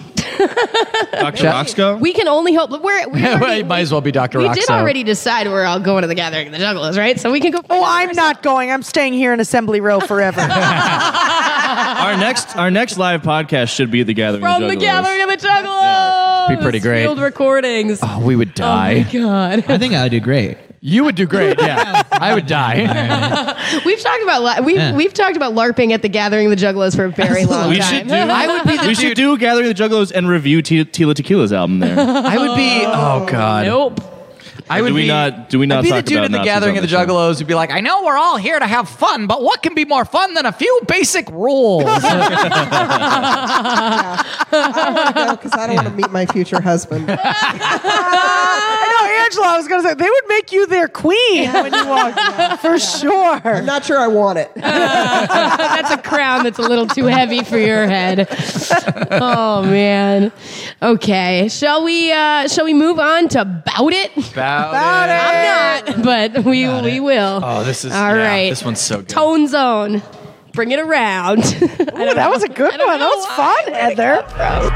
Dr. Roxco? we can only hope. *laughs* But we're, we already, It might as well be Dr. we Roxo. did already decide we're all going to the gathering of the juggalos, right? So we can go. Oh, I'm not going. I'm staying here in Assembly Row *laughs* forever. Uh, our next our next live podcast should be the gathering. from of the Juggalos. gathering of the juggalos. Be pretty great. Field recordings. Oh, Oh, we would die. my god, I think I would do great. you would do great. Yeah. I would die. we've talked about la- we've Yeah. we've talked about larping at the gathering of the juggalos for a very long We time. should do. I would be we should do gathering of the juggalos and review Te- Tila Tequila's album there. I would be, *laughs* oh God. Nope. I would do we be, not? Do we not I'd be talk the dude about at the Nazis gathering on of the this show? juggalos who'd be like, I know we're all here to have fun, but what can be more fun than a few basic *laughs* rules? because I don't want to meet my future husband. *laughs* I know, Angela. I was gonna say they would make you their queen when you walk, for sure. I'm not sure I want it. That's a crown that's a little too heavy for your *laughs* head. Oh man. Okay. Shall we uh shall we move on to bout it? About it. I'm not, but we we will. Oh, this is All yeah, right. This one's so good. Tone zone. Bring it around. *laughs* I Ooh, don't that know. was a good I don't one. That know was why. fun, *laughs* Heather. I'm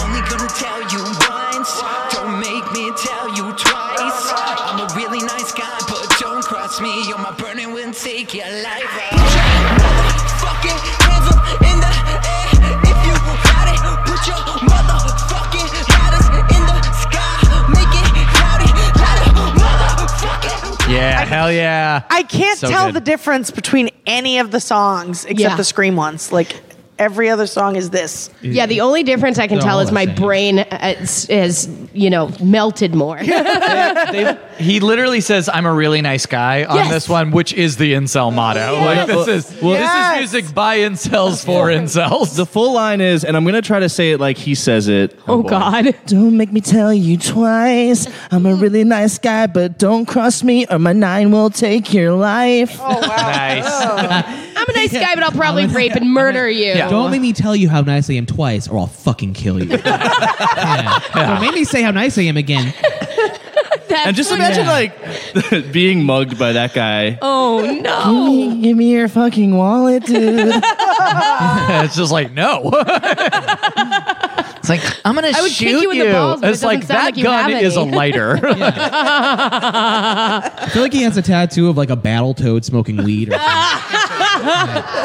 only gonna tell you once. Don't make me tell you twice. I'm a really nice guy, but don't cross me. You're my burning wind, take your life out. Motherfucking hands up in the air. If you got it, put your motherfucking lighters in the sky. Make it cloudy, light up, motherfucking. yeah, hell yeah. I can't So tell good. the difference between any of the songs except Yeah. the scream ones. Like every other song is this. Yeah, the only difference I can They're tell all is the my same. brain uh, has, has, you know, melted more. *laughs* They- he literally says, "I'm a really nice guy" on Yes. this one, which is the incel motto. Like this is Yes. this is music by incels for incels. The *laughs* full line is, and I'm gonna try to say it like he says it. oh, boy. God. Don't make me tell you twice. I'm a really nice guy, but don't cross me or my nine will take your life. nice. I'm a nice guy, but I'll probably rape and murder you. Don't make me tell you how nice I am twice, or I'll fucking kill you. *laughs* yeah. Don't make me say how nice I am again. That's And just what- imagine Yeah. like *laughs* being mugged by that guy. Oh, no. Give me your fucking wallet, dude. it's just like no. *laughs* it's like I'm gonna I would kick shoot you in the balls, but it it's like doesn't sound that like you gun have is a any. lighter. *laughs* I feel like he has a tattoo of like a battle toad smoking weed. Or something. *laughs*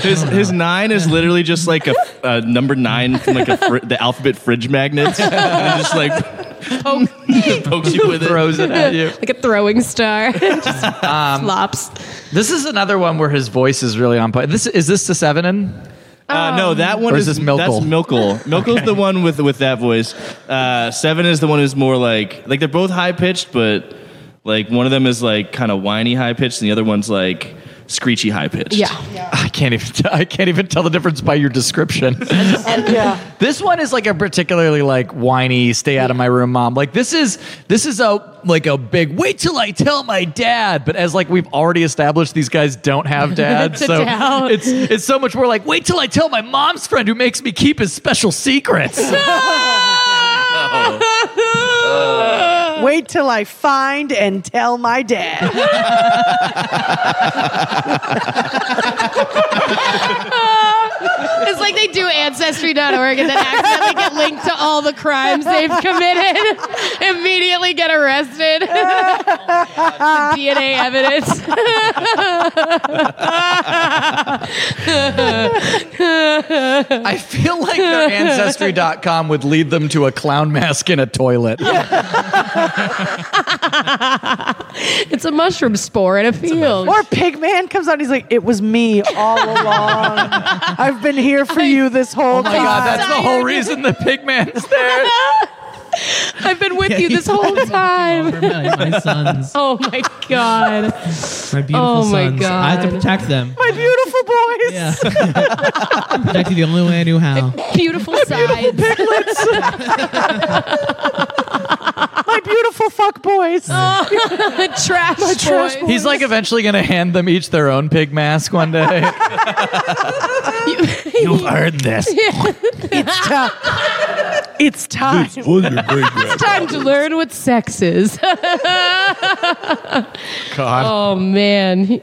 His his nine is literally just like a, a number nine from like a fr- the alphabet fridge magnets, *laughs* and it just like *laughs* pokes you with it. throws it at you. *laughs* Like a throwing star. *laughs* just Um, flops. This is another one where his voice is really on point. This is this to Sevenin? Uh, no, that one Or is, is this Milkel? That's *laughs* Milkel. Milkel's the one with with that voice. Uh, Seven is the one who's more like like they're both high pitched, but like one of them is like kind of whiny high pitched, and the other one's like screechy high pitched. Yeah. I can't even *laughs* t- I can't even tell the difference by your description. *laughs* This one is like a particularly like whiny stay out of my room mom. Like this is this is a like a big wait till I tell my dad, but as like we've already established these guys don't *laughs* have dads. It's a so doubt. it's it's so much more like wait till I tell my mom's friend who makes me keep his special *laughs* secrets. Uh. Wait till I find and tell my dad. It's like they do ancestry.org and then accidentally get linked to all the crimes they've committed, immediately get arrested. *laughs* It's DNA evidence. *laughs* I feel like their ancestry.com would lead them to a clown mask in a *laughs* toilet. it's a mushroom spore in a field. Or Pigman comes out and he's like, it was me *laughs* all along. I've been here for you this whole Oh my time. god, that's the whole reason the pig man's there. I've been with you this whole time. *laughs* my, my sons, Oh my god. my beautiful Oh my sons. I have to God. protect them. my beautiful boys. Yeah. *laughs* protect you the only way I knew how. Beautiful sides. My beautiful fuck *laughs* boys. Uh, trash. My trash boy. He's like eventually gonna hand them each their own pig mask one day. You've earned *laughs* this. It's time. *laughs* Time to learn what sex is. God. Oh man.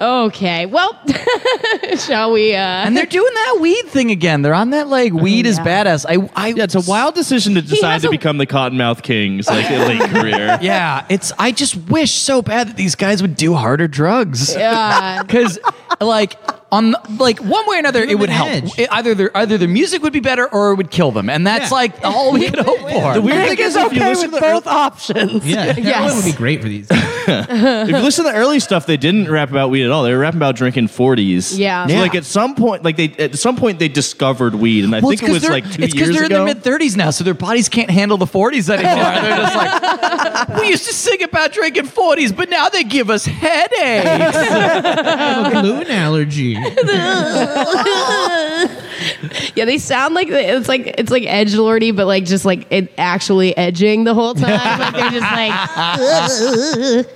Okay. Well, *laughs* shall we uh And they're doing that weed thing again. They're on that like weed is badass. I, I Yeah, it's a wild decision to decide has to a- become the Cottonmouth Kings like in late career. Yeah, it's. I just wish so bad that these guys would do harder drugs. *laughs* Yeah. because like on the- like one way or another, it them would an help. edge. It- either their either their music would be better or it would kill them, and that's Yeah. like all we could hope for. The weird Nick thing is is if you okay listen with to both the early, options. Yeah, heroin Yes. would be great for *laughs* these. if you listen to the early stuff, they didn't rap about weed at all. They were rapping about drinking forties. Yeah. So Yeah. like at some point, like they at some point they discovered weed, and I think it 'cause was they're- like two it's 'cause years they're ago. in their mid thirties now, so their bodies can't handle the forties *laughs* anymore. they're just like, we used to sing about drinking forties, but now they give us headaches. a gluten allergy. Yeah, they sound like it's like it's like edge lordy, but like just like it actually edging the whole time. like they're just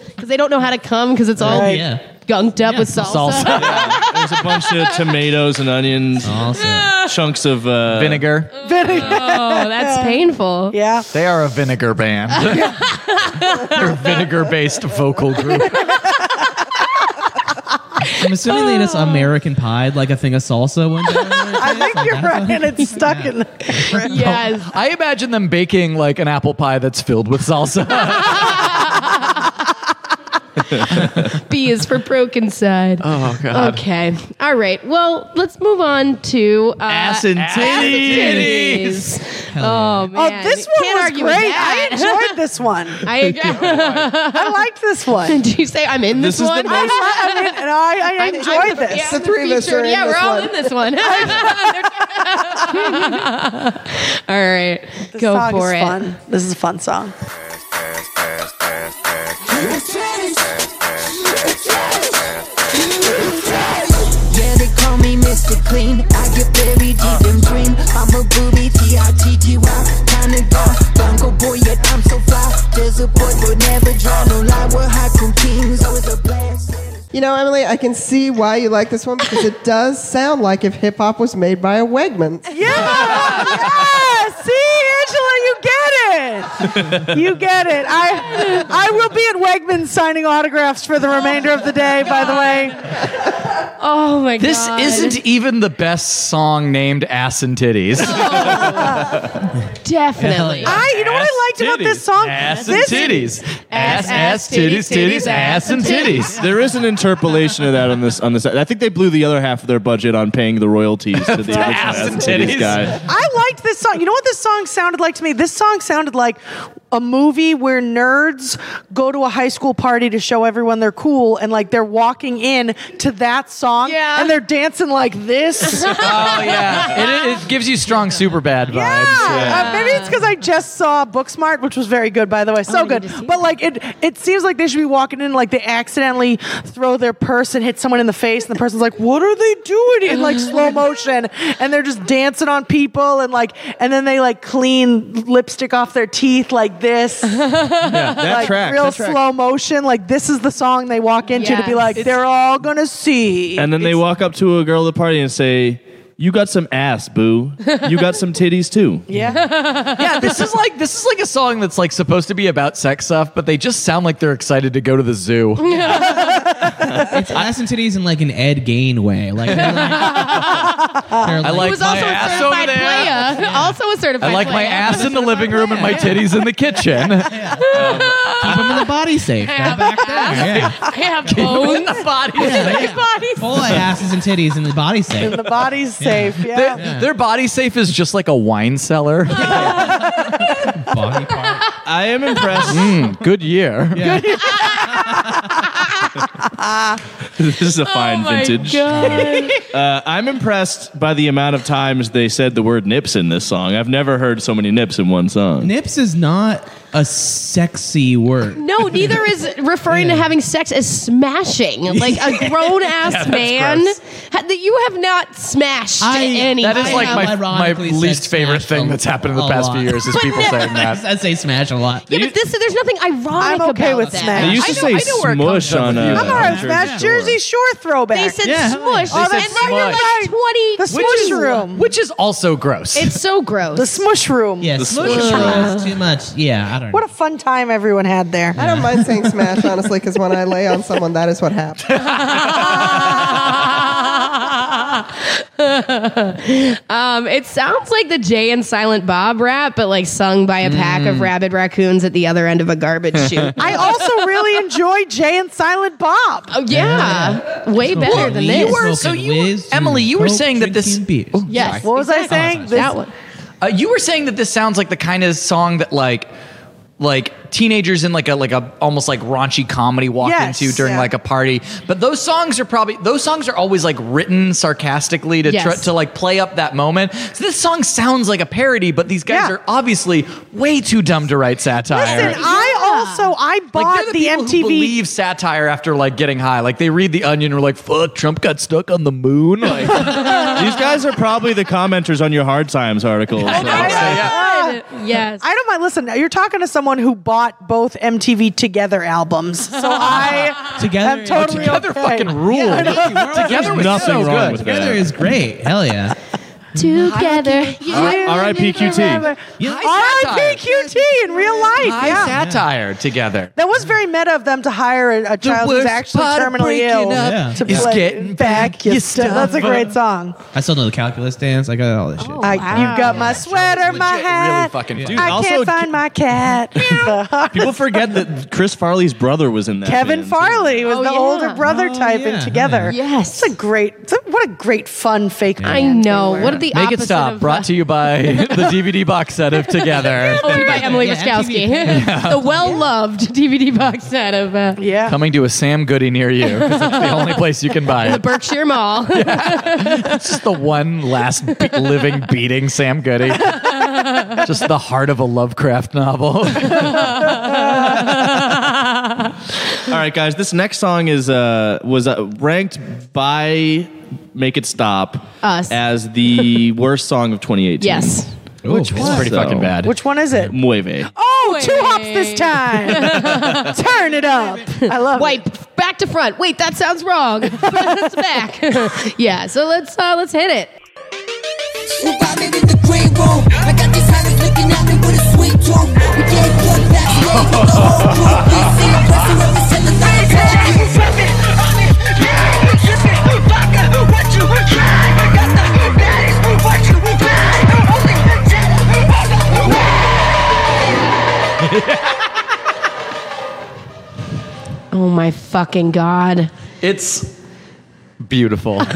like because they don't know how to come because it's all Yeah. gunked up with salsa. There's a bunch of tomatoes and onions, Oh. Awesome. chunks of uh, Vinegar. *laughs* Oh, that's painful. Yeah. They are a vinegar *laughs* band. They're a vinegar-based vocal group. I'm assuming they just American pied like a thing of salsa one day. I think you're right, and it's stuck in the. Yes. I imagine them baking like an apple pie that's filled with Oh, salsa. B is for broken side. *laughs* oh god. Okay. All right. Well, let's move on to uh, Ass and titties. Oh man. Oh, this one Can't was argue great. with I that. enjoyed this *laughs* one. I I liked this *laughs* one. Do you say I'm in this, This is the one? I, I, I mean, and I, I I'm- enjoyed I'm this. yeah, The I'm three of us featured. are in Yeah, this we're all one. in this *laughs* one. *laughs* all right, This go song for is it. fun. This is a fun song. Yeah, they call me Mr. Clean. I get very deep in green. I'm a booby, T-I-T-T-Y. Kinda guy, Bongo boy, yet I'm so fly. There's a boy who never dry. No lie, we're high from kings. Always a blast. You know, Emily, I can see why you like this one because it does sound like if hip hop was made by a Wegman. Yeah, yeah. See, Angela, you get it. You get it. I I will be at Wegmans signing autographs for the remainder of the day. By the way, Oh my This god, isn't even the best song named Ass and Titties. *laughs* *laughs* definitely. I you know what I liked about this song? Ass and this titties. Ass, ass, Ass, ass, titties, titties, titties, ass and *laughs* titties. There is an interpolation of that on this on this. I think they blew the other half of their budget on paying the royalties to the original Ass and Ass and Titties Titties. guy. I liked this song. You know what this song sounded like to me? This song sounded like a movie where nerds go to a high school party to show everyone they're cool and like they're walking in to that song Yeah. and they're dancing like this. Oh yeah, it, it gives you strong super bad vibes. Yeah. Uh, maybe it's because I just saw Booksmart, which was very good, by the way, so good. But like it, it seems like they should be walking in like they accidentally throw their purse and hit someone in the face, and the person's like, "What are they doing?" in like slow motion, and they're just dancing on people, and like, and then they like clean lipstick off their teeth like this, Yeah, that like tracks, real that tracks. slow motion. Like this is the song they walk into to be Yes. like, "They're all gonna see." *laughs* And then they walk up to a girl at the party and say, "You got some ass, boo. You got some titties too." yeah, yeah, this is like this is like a song that's like supposed to be about sex stuff, but they just sound like they're excited to go to the zoo. It's ass and titties in like an Ed Gain way. Like, they're like- they're I like- like Who's my also a ass over certified there. playa. Also a certified I like my playa. ass in the living room and my titties in the kitchen. keep them in the body safe. I have They're back there. Yeah. *laughs* I have bones. *laughs* Yeah, yeah. body's Full of asses and titties in the body safe. the body's safe. Yeah. Their, their body safe is just like a wine cellar. Body part. I am impressed. Mm, good year. Yeah. *laughs* this is a Oh fine vintage. Oh God. Uh, I'm impressed by the amount of times they said the word nips in this song. I've never heard so many nips in one song. Nips is not a sexy word. No, neither is referring to having sex as smashing. Like a grown ass man gross. ha- that you have not smashed I- any. That is I like have my, my ironically said least favorite smash a- thing that's happened in the a past few lot. years is people *laughs* saying that. I say smash a lot. Yeah, but this there's nothing ironic I'm okay about with that. smash. They used to say smush on a. I'm all right with Jersey Shore. that. Jersey Shore throwback. They said Yeah. smush. Oh, and that's now you're smush. like 20. The smush room. Which is also gross. It's so gross. The smush room. Yeah, smush is too much. Yeah, I don't What know. a fun time everyone had there. I don't mind saying smash, honestly, because when I lay on someone, that is what happens. *laughs* um, it sounds like the Jay and Silent Bob rap, but like sung by a pack of rabid raccoons at the other end of a garbage chute. I also really enjoy Jay and Silent Bob. oh yeah, way better than this. You were- so you- Emily, you were saying that this- Oh, yes. What was I saying? This- that one. Uh, you were saying that this sounds like the kind of song that like like teenagers in like a like a almost like raunchy comedy walk Yes. into during Yeah. like a party. But those songs are probably those songs are always like written sarcastically to try Yes. to like play up that moment. So this song sounds like a parody, but these guys Yeah. are obviously way too dumb to write satire. Listen, I also I like bought they're the, people who MTV. believe satire after like getting high. Like they read the Onion, and are like, "Fuck, Trump got stuck on the moon." *laughs* Like, These guys are probably the commenters on your hard times article. I don't- Yes. I don't mind. Listen, you're talking to someone who bought both MTV Together albums, so *laughs* I Together- am totally together okay. fucking rule. together was nothing so wrong good. with Together that. is great. Hell yeah. Uh, Together. R.I.P. QT. High R.I.P. QT in real life. High yeah. satire together. That was very meta of them to hire a, a child who's worst actually part of terminally breaking ill up Yeah. to is play getting back your your stuff. That's a stuff. great song. I still know the calculus dance. I got all this shit. Oh, I, you got my sweater, my Legit, really hat. fucking fun. Dude, I also, can't find my cat. The- *laughs* people forget that Chris Farley's brother was in that. Kevin band, too. Farley was Oh, the yeah. older brother Oh, type in yeah, Together. Yes. It's a great, it's a- what a great fun fake I band they know. were. What are the Make opposite it stop. of uh, Brought to you by the DVD box set of Together. Only by Emily Yeah, *laughs* Wiskowski. MTV. *laughs* the well-loved DVD box set of uh, Yeah. Coming to a Sam Goody near you because it's the only place you can buy the it. Berkshire Mall. *laughs* It's just the one last be- living beating Sam Goody. just the heart of a Lovecraft novel. All right, guys, this next song is uh, was uh, ranked by Make It Stop Us. as the worst song of 2018. Uh, yes. Which it's pretty fucking bad. Which one is it? Mueve. Oh, two hops this time. *laughs* Turn it up. I love it. Wait, back to front. Wait, that sounds *laughs* wrong. Front to back. *laughs* yeah. So let's uh, let's hit it. We vibing in the green room. I got these hunters looking at me with a sweet tooth. We getting good back row with the whole crew. DC pressing representing the Oh my fucking god. It's beautiful. Yeah,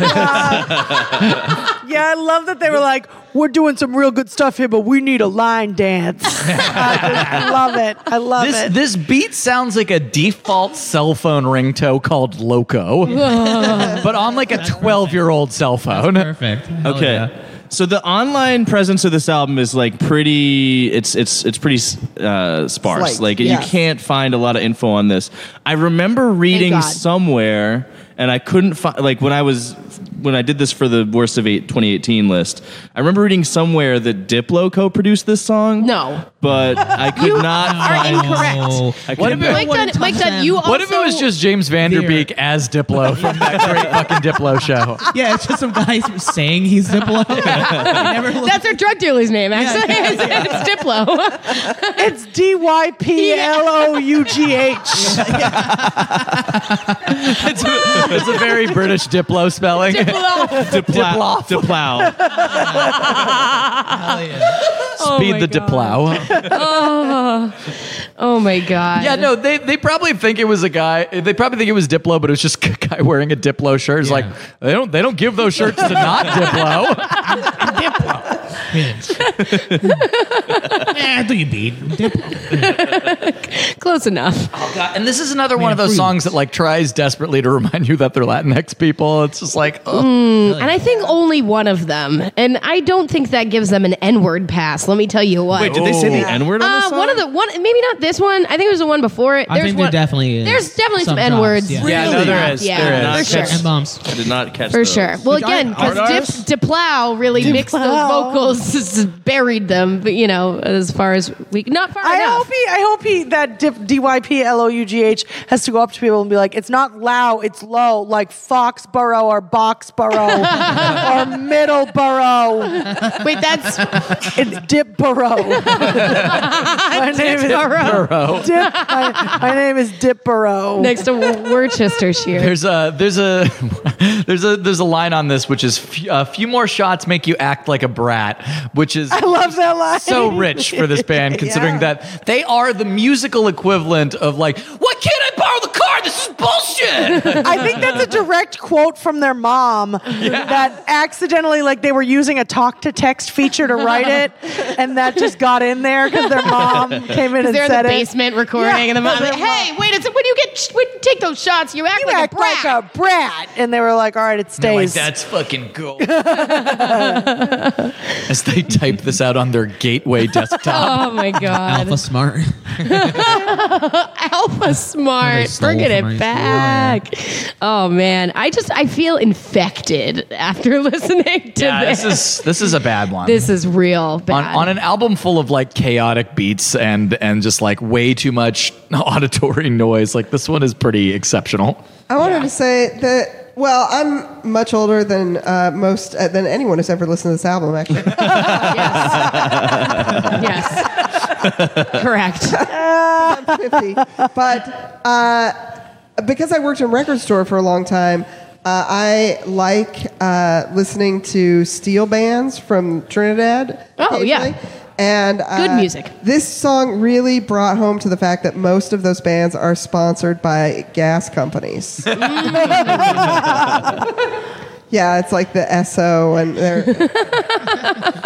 I love that they were like, we're doing some real good stuff here, but we need a line dance. *laughs* I just love it. I love this it. this beat sounds like a default cell phone ringtone called Loco, but on like a 12 year old cell phone. Perfect. Hell Okay. yeah. So the online presence of this album is like pretty. It's it's it's pretty uh, sparse. Slight, like yeah. you can't find a lot of info on this. I remember reading God. somewhere, and I couldn't find. Like when I was when I did this for the worst of eight, 2018 list, I remember reading somewhere that Diplo co-produced this song. Oh, No. but I could not find. Oh. I What could about- not- Mike Dunn, Mike Dunn, you also. What if it was just James Vanderbeek as Diplo from that *laughs* great fucking Diplo show? Yeah, it's just some guy saying he's *laughs* Zippo. Never looked- That's our drug dealer's name, actually. *laughs* it's Diplo. It's D Y P L O U *laughs* G H. It's a, it's a very British Diplo spelling. Diplo. Diplow. Diplow. Hell yeah. Oh Speed the Diplow. Oh my god. Yeah, no, they, they probably think it was a guy. They probably think it was Diplo, but it was just a guy wearing a Diplo shirt. It's Yeah. like they don't they don't give those shirts to *laughs* not Diplo. Eh, do you beat? Close enough. And this is another one of those please. songs that like tries desperately to remind you that they're Latinx people. It's just like, oh. And I think only one of them. And I don't think that gives them an N-word pass. Let me tell you what. Wait, did they say the N word on this Uh, song? one of the one, maybe not this one. I think it was the one before it. I think there one, definitely is There's definitely some, some n drops, words. yeah. Yeah, no, there is, Yeah, there is. for And sure. bumps. I did not catch. Um, For those. sure. Well, again, because Dip, Diplow really mixed those Diplow. vocals, *laughs* just buried them. But you know, as far as we, not far I enough. hope he, I hope he, that dip, D-Y-P-L-O-U-G-H has to go up to people and be like, it's not low, it's low, like Foxborough or *laughs* Boxborough or Middleborough. Wait, that's It's *laughs* Dipborough. my name is Dipborough. Dip, my, my name is Dipborough. next to Worcestershire. There's a there's a *laughs* there's a there's a line on this which is "F- a few more shots make you act like a brat, which is I love that line. so rich for *laughs* this band considering Yeah. that they are the musical equivalent of like why can't I borrow the car? This is *laughs* bullshit. I think that's a direct quote from their mom that accidentally, like, they were using a talk to text feature to write it, and that just got in there because their *laughs* mom came in and They're in said the it. basement recording, Yeah. and the mom's like, They're mom- "Hey, wait! It's when you get when you take those shots, you act You like act a brat." like a brat, and they were like, "All right, it like stays." that's fucking cool. *laughs* As they type this out on their gateway desktop. *laughs* oh my *laughs* god, Alpha smart. Alpha They Smart. stole Bringing from my it school, back. Oh man, I just I feel infected after *laughs* listening to yeah, this. this is this is a bad one. This is real on, bad. on an album full of like chaotic beats and and just like way too much *laughs* auditory noise like this one is pretty exceptional I wanted to say that. Well, I'm much older than uh, most uh, than anyone who's ever listened to this album. Actually, *laughs* yes. Correct. I'm *laughs* 50, but uh, because I worked in record store for a long time, uh, I like uh, listening to steel bands from Trinidad. Oh, yeah. occasionally. And uh, Good music. This song really brought home to the fact that most of those bands are sponsored by gas companies. Mm. *laughs* yeah, it's like the SO and *laughs* they're.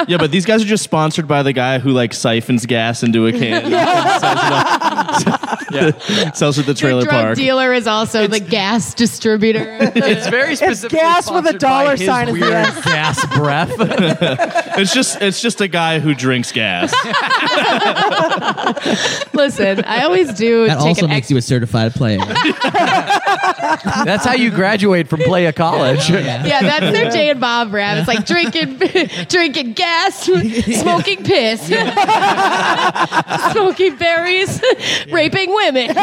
Yeah, but these guys are just sponsored by the guy who like siphons gas into a *laughs* can. yeah. Sells it at the Your trailer drug park. dealer is also the gas *laughs* distributor. it's very specific gas with a dollar sign at the weird *laughs* end. *laughs* gas breath It's just it's just a guy who drinks gas. Listen, I always do That take also an makes extra. you a certified player. that's how you graduate from *laughs* play a college Yeah, that's their Jay and Bob rap. It's like drinking, *laughs* drinking gas, smoking piss, *laughs* smoking *laughs* berries, raping women. *laughs*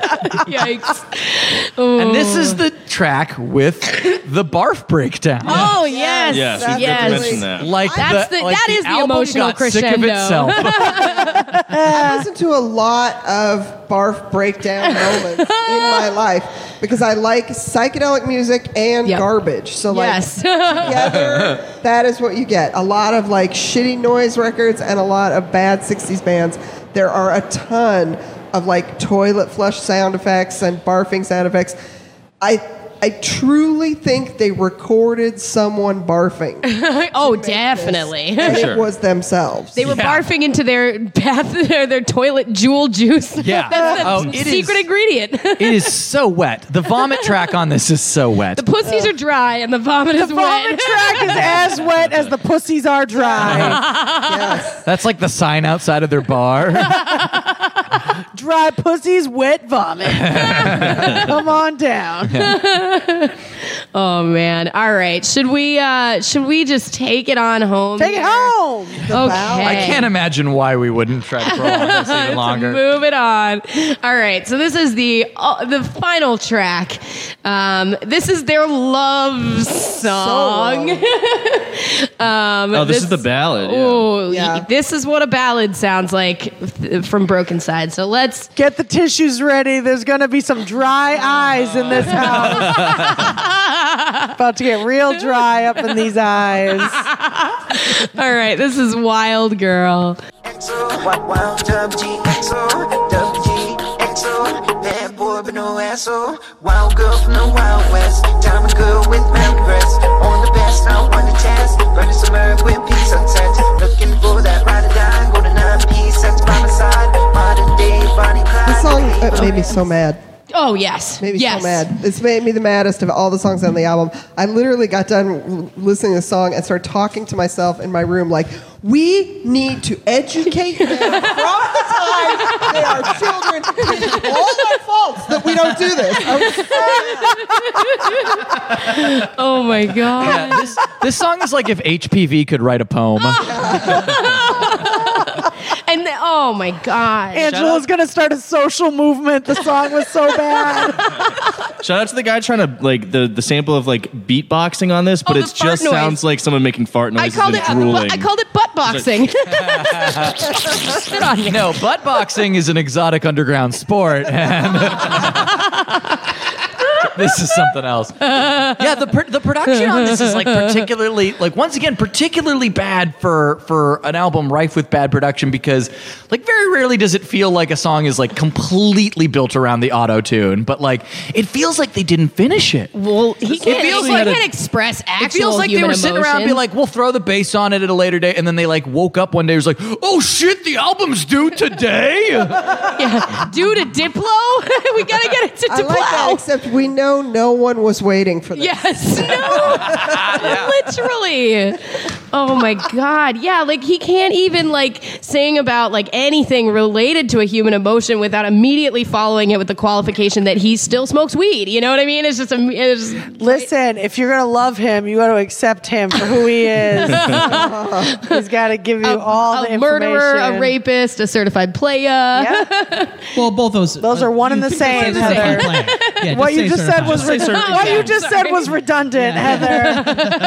Yikes! and this is the track with the barf breakdown Oh *laughs* yes, Yes, we forgot to yes. mention that. like That's the- like that is the album emotional got sick of crescendo. itself *laughs* I listened to a lot of barf breakdown moments in my *laughs* life because I like psychedelic music and Yep. garbage. So like Yes. *laughs* together, that is what you get. A lot of like shitty noise records and a lot of bad 60s bands. There are a ton of like toilet flush sound effects and barfing sound effects. I I truly think they recorded someone *laughs* barfing. oh, definitely. And it was themselves. They were barfing into their bath, *laughs* their, their toilet jewel juice. Yeah. *laughs* That's the Oh, it secret is- ingredient. *laughs* It is so wet. The vomit track on this is so wet. the pussies are dry and the vomit is Vomit wet. track is *laughs* as wet as the pussies are dry. yes. That's like the sign outside of their *laughs* bar. Dry pussies, wet vomit. *laughs* Come on down. oh man. All right. Should we uh should we just take it on home? Take it here? home. Okay. I can't imagine why we wouldn't try to prolong *laughs* this even longer. Move it on. All right. So this is the uh, the final track. Um, this is their love song. um, Oh, this, is the ballad. yeah. Ooh, Yeah. this is what a ballad sounds like th- from Broken Side. So let's Get the tissues ready. There's going to be some dry eyes in this *laughs* house. About to get real dry up in these eyes. All right, this is Wild Girl. Bad boy, but no asshole. Wild girl from the Wild West. Diamond girl with mountain breasts. On the best, I want the test. Burning some herb with peace sunsets. Looking for that ride or die. Golden eye piece that's by my side. Modern day Bonnie Clyde. This song uh, made me so mad. Oh yes, Made me yes. so mad. This made me the maddest of all the songs on the album. I literally got done l- listening to the song and started talking to myself in my room like, we need to educate them across the time they are children. It's all their faults that we don't do this. I was Oh my god. Yeah, this, this song is like if HPV could write a poem. Ah, And the, oh my god. Angela's going to start a social movement. The song was so *laughs* bad. Shout out to the guy trying to like the, the sample of like beatboxing on this, but Oh, the it just fart noise. sounds like someone making fart I noises called and it drooling. I called it butt boxing. Sit on me. No, butt boxing is an exotic underground sport. And *laughs* this is something else. Yeah, the, pr- the production on this is like particularly, like once again, particularly bad for for an album rife with bad production because, like, very rarely does it feel like a song is like completely built around the auto tune, but like it feels like they didn't finish it. Well, he can't, feels he like- can't express actual It feels like they were human sitting around emotion. and be like, we'll throw the bass on it at a later date. And then they like woke up one day, was like, oh shit, the album's due today. yeah, dude, a Diplo? *laughs* we gotta get it to I Diplo. like that, except we know no one was waiting for this. *laughs* Yes. *laughs* No. Literally. Oh my god. Yeah, like he can't even like sing about like anything related to a human emotion without immediately following it with the qualification that he still smokes weed. You know what I mean? It's just a it's just, Listen, if you're going to love him, you got to accept him for who he *laughs* is. He's got to give you all the a murderer, a information. rapist, a certified player. *laughs* Yeah. Well, both those. Those are one and you the can say same, certified Heather. plan. Yeah, What say you just said certified. was Just say redundant. certified. What you just said Sorry. was redundant, Heather.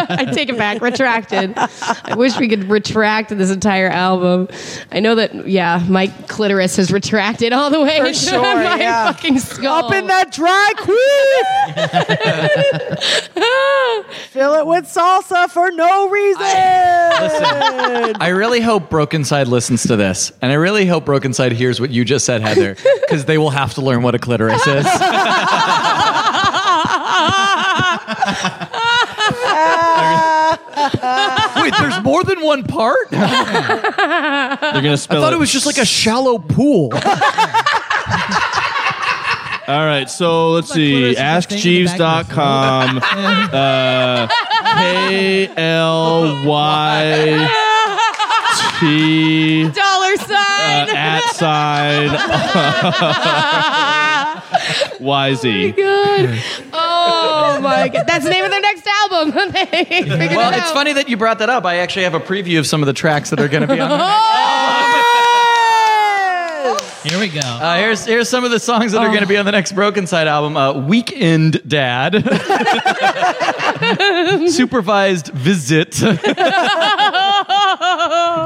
I *laughs* take it back, retracted. I wish we could retract this entire album. I know that, yeah, my clitoris has retracted all the way into sure, my yeah. fucking skull. Up in that dry *laughs* queen. Fill it with salsa for no reason. *laughs* I really hope Broken Side listens to this. And I really hope Broken Side hears what you just said, Heather, because they will have to learn what a clitoris is. Wait, there's more than one part? I They're gonna spell thought it was just like a shallow pool. All right, so let's see. clitoris is the thing in the back of your AskJeeves.com. *laughs* uh, K L Y T uh, Dollar sign. at sign Y *laughs* Z. *laughs* Good. Oh my god. That's the name of their next album. *laughs* They figured it Well, it's out. funny that you brought that up. I actually have a preview of some of the tracks that are going to be on. the next- Here we go. *laughs* Uh, here's here's some of the songs that are Oh. going to be on the next Broken Side album. Uh, Weekend Dad, *laughs* Supervised *laughs* Visit,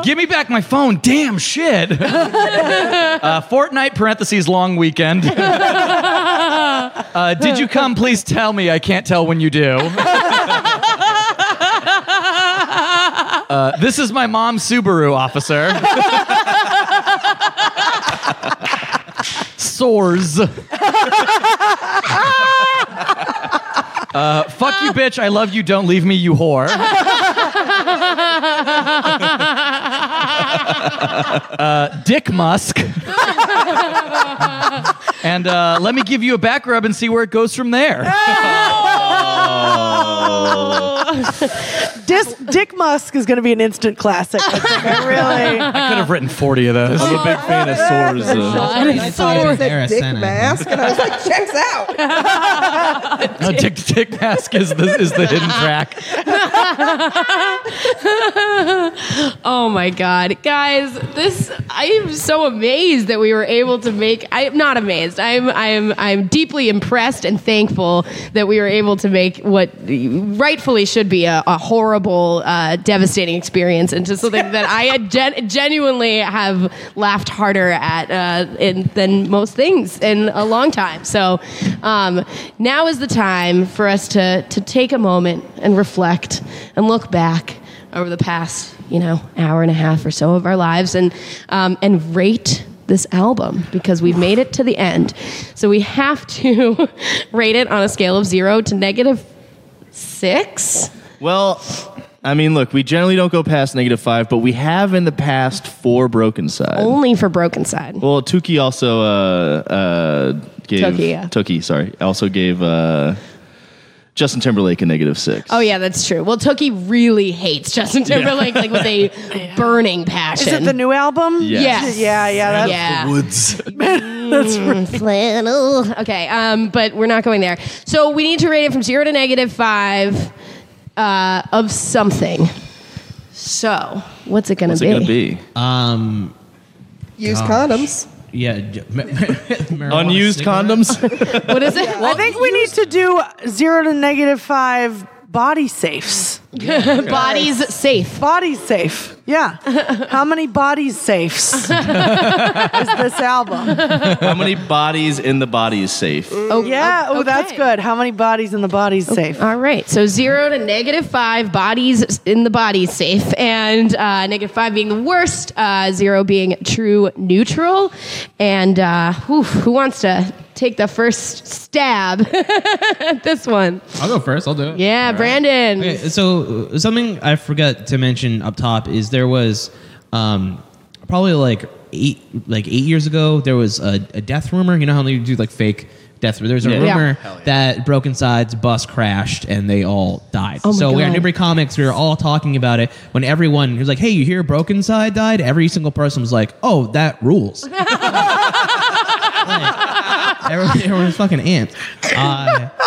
Give Me Back My Phone, Damn Shit, uh, Fortnite parentheses Long Weekend. Uh, Did you come? Please tell me. I can't tell when you do. Uh, this is my mom's Subaru, officer. Sores. Uh, fuck you, bitch. I love you. Don't leave me, you whore. Uh, Dick Musk. and uh, let me give you a back rub and see where it goes from there. Oh, Dis- Dick Musk is going to be an instant classic. I think. I really. I could have written 40 of those. I'm a big fan of Swords. I thought it was Sarah Dick Senna. mask, and I was like, checks out. No, Dick, Dick Mask is the, is the hidden track. Oh my God. Guys, this, I am so amazed that we were able to make, I'm not amazed. I'm, I'm, I'm deeply impressed and thankful that we were able to make what rightfully should be a, a horrible, uh, devastating experience into something that I had gen- genuinely have laughed harder at uh, in, than most things in a long time. So um, now is the time for us to, to take a moment and reflect and look back over the past you know hour and a half or so of our lives and um, and rate this album because we've made it to the end so we have to *laughs* rate it on a scale of zero to negative six Well, I mean, look, we generally don't go past negative five, but we have in the past four broken side. only for broken side Well, Tuki also uh, uh, gave Tookie, yeah. Tookie, sorry, also gave uh, Justin Timberlake a negative six. oh yeah that's true well tookie really hates justin timberlake like with a burning passion Is it the new album? Yes. Yeah, yeah. That's, yeah. woods. Mm, Okay, um, but we're not going there. So we need to rate it from zero to negative five uh, of something. So what's it going What's to it be? gonna be? Um, Use Gosh. condoms. yeah. j- *laughs* ma- marijuana Unused cigarette? condoms. What is it? I think we need to do zero to negative five body safes. Bodies safe. Body safe. Yeah. How many bodies safes is this album? How many bodies in the body is *laughs* safe? Oh Yeah. Oh, that's okay. good. How many bodies in the body's safe? All right. So zero to negative five bodies in the body safe, and uh, negative five being the worst, uh, zero being true neutral. And uh, whew, who wants to take the first stab *laughs* at this one? I'll go first. I'll do it. Yeah, Brandon. Okay, so uh, something I forgot to mention up top is there was um, probably like eight like eight years ago there was a, a death rumor. You know how they do like fake death. There's a Yeah. Yeah. rumor that Broken Side's bus crashed and they all died. Oh my so we are God. Newbury Comics. We were all talking about it when everyone was like, "Hey, you hear Broken Side died?" Every single person was like, "Oh, that *laughs* rules." Everyone, everyone's fucking amped. *laughs*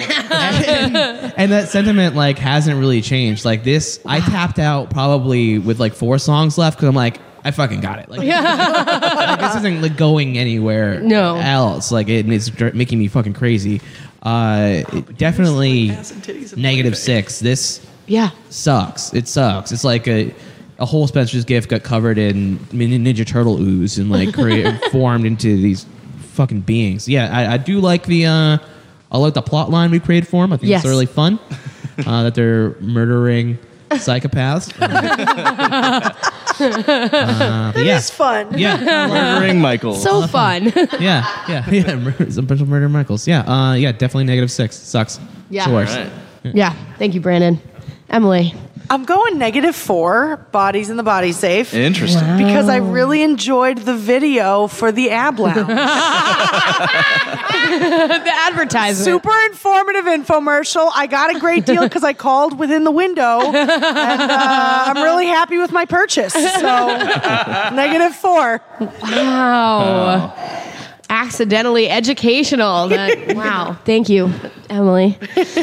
Uh, and, and that sentiment like hasn't really changed. Like this, I tapped out probably with like four songs left because I'm like, I fucking got it. Like, like, this isn't like going anywhere. No. else. Like it is dr- making me fucking crazy. Uh, it definitely negative six. This Yeah. sucks. It sucks. It's like a a whole Spencer's gift got covered in Min- Ninja Turtle ooze and like created, formed into these fucking beings. Yeah, I, I do like the uh, I like the plot line we created for them. I think Yes. it's really fun uh, that they're murdering psychopaths. Uh, but yeah. It's *laughs* fun. yeah, Murdering Michael. So fun. *laughs* yeah, yeah, *laughs* yeah. mur- Some bunch of murder Michaels. Yeah, uh, yeah, definitely negative six. Sucks. Yeah. It's the worst. Alright. yeah. Thank you, Brandon. Emily. I'm going negative four bodies in the body safe. Interesting. because I really enjoyed the video for the Ab Lounge. The advertisement. *laughs* Super informative infomercial. I got a great deal because I called within the window, and uh, I'm really happy with my purchase. *laughs* So negative four. Wow. Accidentally *laughs* educational. That, wow. Thank you, Emily.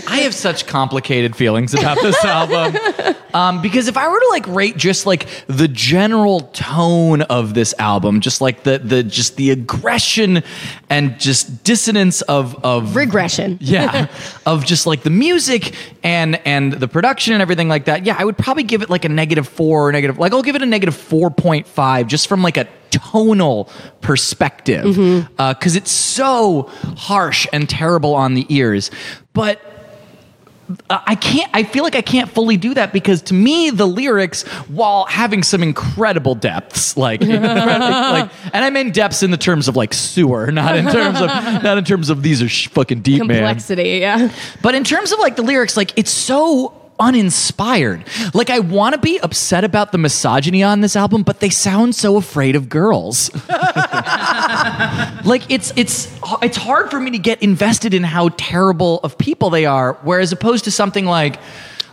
I have such complicated feelings about this album um, because if I were to like rate just like the general tone of this album, just like the the just the aggression and just dissonance of of *laughs* Regression. yeah *laughs* of just like the music and and the production and everything like that yeah i would probably give it like a negative four or negative like i'll give it a negative 4.5 just from like a tonal perspective Uh, because it's so harsh and terrible on the ears but uh, I can't. I feel like I can't fully do that because to me, the lyrics, while having some incredible depths, like, *laughs* incredible- like, and I mean depths in the terms of like sewer, not in terms of not in terms of these are sh- fucking deep, man. complexity. Yeah. But in terms of like the lyrics, like it's so uninspired. Like I want to be upset about the misogyny on this album, but they sound so afraid of girls. *laughs* like it's it's it's hard for me to get invested in how terrible of people they are. Whereas opposed to something like.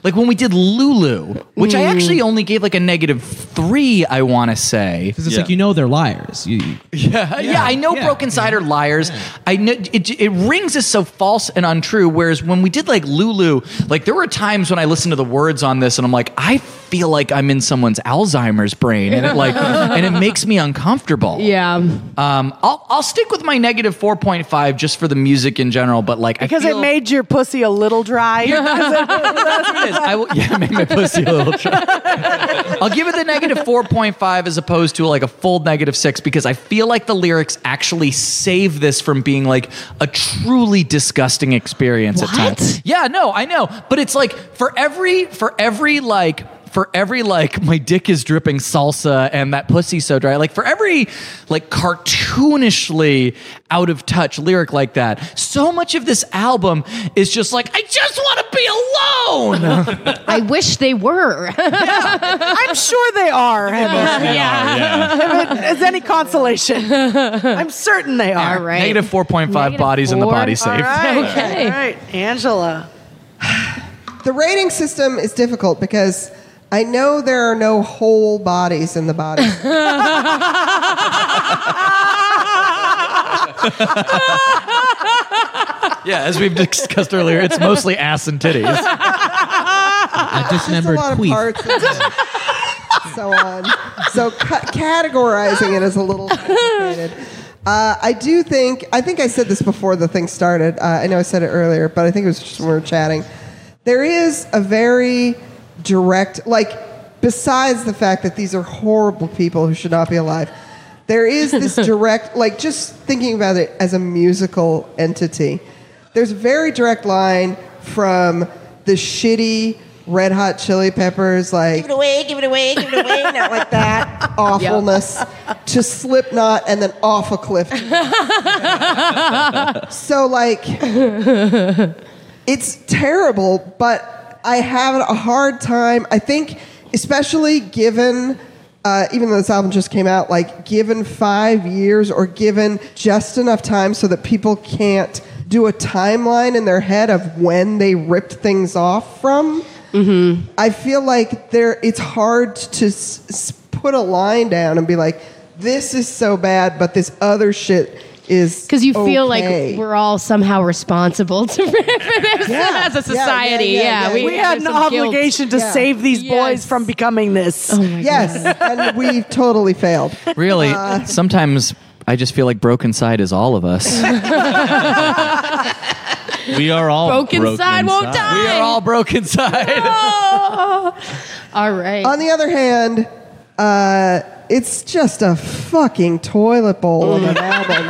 Like when we did Lulu, which I actually only gave like a negative three, I want to say. Because it's Yeah. like you know they're liars. You, you- *laughs* Yeah, yeah, I know yeah, Broken Side are liars. I know it, it rings as so false and untrue. Whereas when we did like Lulu, like there were times when I listened to the words on this and I'm like, I feel like I'm in someone's Alzheimer's brain, and it like, and it makes me uncomfortable. Yeah. Um, I'll I'll stick with my negative four point five just for the music in general, but like Because I feel, it made your pussy a little dry. *laughs* it is. *laughs* I will, yeah, it made my pussy a little dry. I'll give it the negative 4.5 as opposed to like a full negative 6 because I feel like the lyrics actually save this from being like a truly disgusting experience at times. Yeah, no, I know. But it's like for every, for every like, for every like my dick is dripping salsa and that pussy so dry like for every like cartoonishly out of touch lyric like that so much of this album is just like i just want to be alone I wish they were. I'm sure they are. Heather. yeah. If it is any *laughs* consolation, I'm certain they are. All *laughs* right. Negative 4.5 bodies in the four. body All safe. right. Okay. All right. Angela. The rating system is difficult because I know there are no whole bodies in the body. Yeah, as we've discussed earlier, it's mostly ass and titties. I There's a dismembered lot of queef. parts. and so on. So ca- categorizing it is a little complicated. Uh, I do think I think I said this before the thing started. Uh, I know I said it earlier, but I think it was just when we were chatting. There is a very direct, like, besides the fact that these are horrible people who should not be alive. There is this direct, like, just thinking about it as a musical entity. There's a very direct line from the shitty Red Hot Chili Peppers, like Give it away, give it away, give it away. Not like that. awfulness to Slipknot and then off a cliff. so *laughs* like, it's terrible, but I have a hard time. I think, especially given. Uh, even though this album just came out, like given five years or given just enough time so that people can't do a timeline in their head of when they ripped things off from, Mm-hmm. I feel like there it's hard to s- s- put a line down and be like, this is so bad, but this other shit is Because you feel okay." like we're all somehow responsible to, *laughs* for Yeah. this as a Yeah, yeah, society. yeah, Yeah, yeah. We had there's an some guilt. obligation to Yeah. save these boys Yes. from becoming this. yes, and we totally failed. Really, Uh, sometimes I just feel like Broken Side is all of us. we We are all Broken, side won't die. are *laughs* all Broken Side. all right. On the other hand, uh, it's just a fucking toilet bowl of an *laughs* album.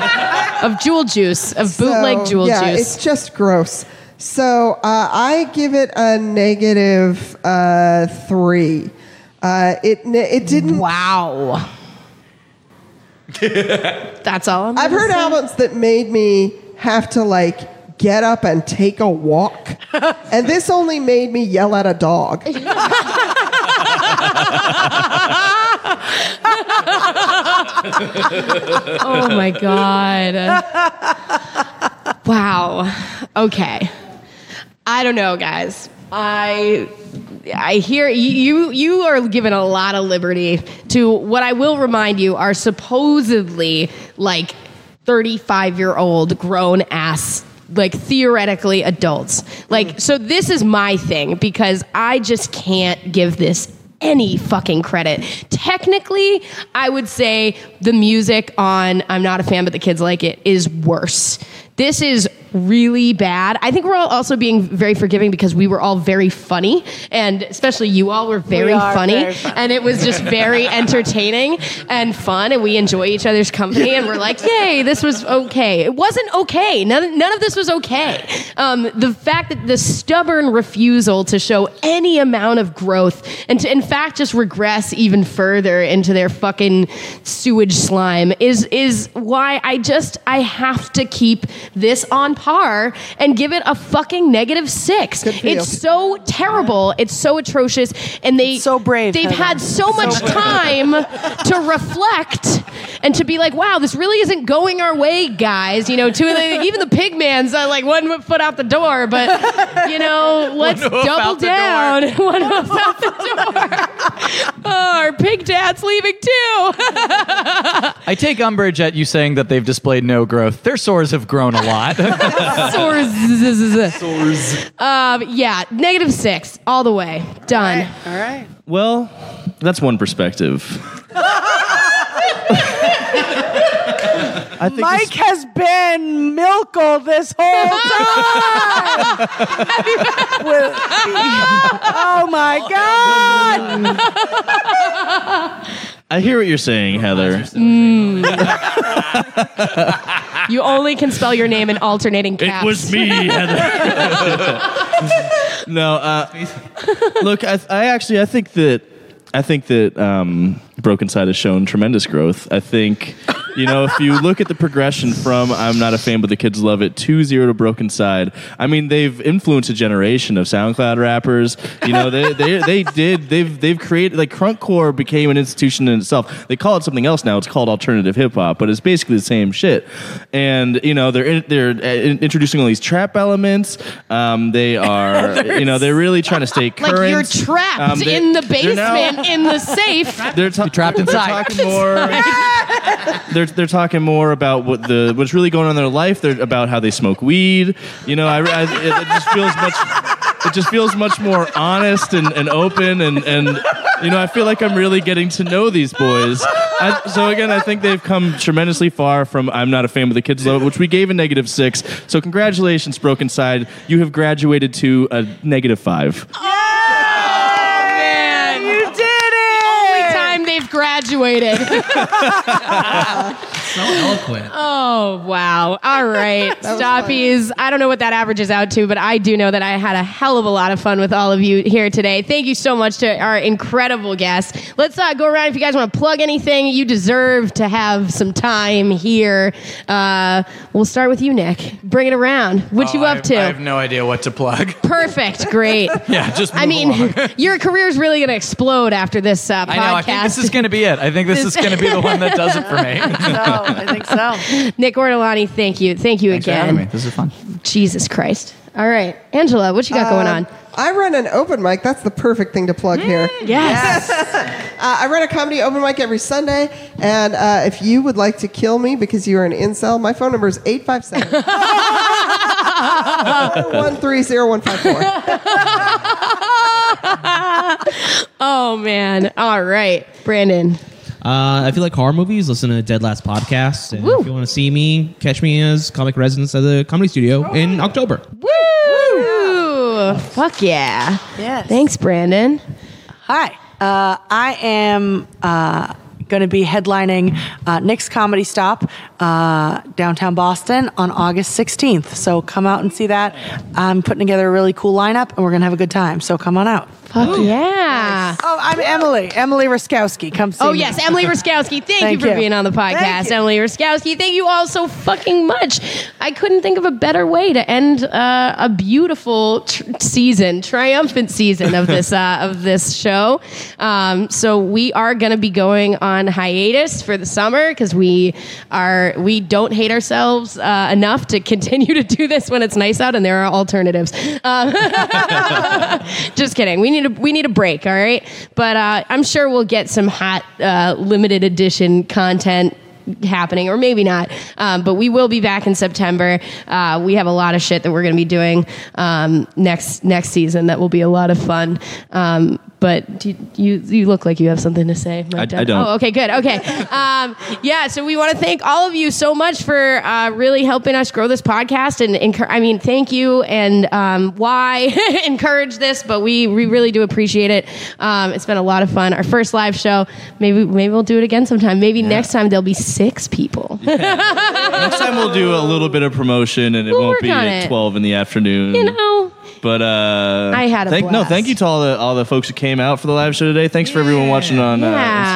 of jewel juice, of Mm. bootleg So, jewel yeah, juice. it's just gross. So uh, I give it a negative uh, three. Uh, it ne- it didn't Wow. That's all I'm I've gonna heard say. albums that made me have to like get up and take a *laughs* walk. and this only made me yell at a dog. Oh *laughs* my god. wow. Okay. I don't know, guys. I I hear you you are given a lot of liberty to what I will remind you are supposedly like 35-year-old grown ass like theoretically adults. Like so this is my thing because I just can't give this any fucking credit. Technically, I would say the music on I'm Not a Fan, but the Kids Like It is worse. This is really bad. I think we're all also being very forgiving because we were all very funny, and especially you all were very, are funny, very funny. and it was just very entertaining and fun, and we enjoy each other's company, and we're like, yay, this was okay. It wasn't okay. None, none of this was okay. Um, the fact that the stubborn refusal to show any amount of growth and to, in fact, just regress even further into their fucking sewage slime is is why I just I have to keep this on par and give it a fucking negative six. Good for you. It's so terrible. It's so atrocious, and they So brave, They've Heather. had so much time to reflect and to be like, wow, this really isn't going our way, guys. You know, two of the, even the pig man's uh, like one foot out the door, but you know, let's double out the down. *laughs* one hoof out the door. *laughs* oh, our pig dad's leaving too. *laughs* I take umbrage at you saying that they've displayed no growth. Their sores have grown a *laughs* lot. Sores. Um, yeah, negative six, all the way. Done. All right. Well, that's one perspective. I think Mike this- has been Milkle this whole time. With- oh *laughs* my God! I hear what you're saying, Heather. You only can spell your name in alternating caps. me, Heather. *laughs* no, uh, look, I, I actually, I think that, I think that um, Broken Side has shown tremendous growth. I think, you know, if you look at the progression from I'm not a fan, but the kids love it to zero to Broken Side. I mean, they've influenced a generation of SoundCloud rappers. You know, they they, they did they've they've created like Crunkcore became an institution in itself. They call it something else now. It's called alternative hip hop, but it's basically the same shit. And you know, they're in, they're uh, in- introducing all these trap elements. Um, they are you know they're really trying to stay current. Like you're trapped Um, they- in the they're basement, now- in the safe. they're ta- trapped they're inside. talking *laughs* more. they're they're talking more about what the what's really going on in their life. They're about how they smoke weed. You know, I, I- it, it just feels much. It just feels much more honest and, and open and and you know I feel like I'm really getting to know these boys. I, so again, I think they've come tremendously far from I'm not a fan of the kids love, it, which we gave a negative six. So congratulations, Broken Side, you have graduated to a negative five. Man. You did it! Every time they've graduated. So eloquent. Oh, wow. All right. Stoppies. I don't know what that averages out to, but I do know that I had a hell of a lot of fun with all of you here today. Thank you so much to our incredible guests. Let's uh, go around if you guys want to plug anything. You deserve to have some time here. Uh, we'll start with you, Nick. Bring it around. What you up to? Oh, I have no idea what to plug. Perfect. Great. *laughs* Yeah, just. I *laughs* mean, your career's really going to explode after this uh, podcast. I know. I think this is going to be it. I think this is going to be the one that does it for me. No, I think so. Nick Ortolani, thank you. Thank you *laughs* again. This is fun. Jesus Christ. All right. Angela, what you got going on? I run an open mic. That's the perfect thing to plug here. Mm. Yes. Uh, I run a comedy open mic every Sunday, and uh, if you would like to kill me because you are an incel, my phone number is *laughs* 857 4130154. Oh, man. All right. Brandon. Uh, if you like horror movies, listen to Dead Last Podcast. And Woo. if you want to see me, catch me as Comic Residence at the Comedy Studio in October. Woo! Fuck yeah. Yes. Thanks, Brandon. Hi, uh, I am uh, going to be headlining uh, Nick's Comedy Stop uh, downtown Boston on August 16th. So come out and see that. I'm putting together a really cool lineup, and we're going to have a good time. So come on out. Fuck yeah. Oh, I'm Emily. Emily Raskowski. Come see Oh me. yes, Emily Raskowski. Thank, Thank you for you. being on the podcast, Thank you. Emily Raskowski. Thank you all so fucking much. I couldn't think of a better way to end uh, a beautiful tr- season, triumphant season of this *laughs* uh, of this show. Um, so we are going to be going on hiatus for the summer because we are we don't hate ourselves uh, enough to continue to do this when it's nice out and there are alternatives. Um, just kidding. We need a we need a break, all right? But uh, I'm sure we'll get some hot uh, limited edition content happening or maybe not um, but we will be back in september uh, we have a lot of shit that we're going to be doing um, next next season that will be a lot of fun um, but do you, you you look like you have something to say. Mike I- Dunn. I don't. Oh, okay, good. Okay, um, yeah. So we want to thank all of you so much for uh, really helping us grow this podcast, and encour- I mean, thank you and um, why *laughs* encourage this, but we we really do appreciate it. Um, it's been a lot of fun. Our first live show. Maybe maybe we'll do it again sometime. Maybe next time there'll be six people. Next time we'll do a little bit of promotion, and it We'll won't work be on at it. twelve in the afternoon. you know. But uh, I had a thank, no. blast. Thank you to all the all the folks who came out for the live show today. Thanks for everyone watching on Yeah.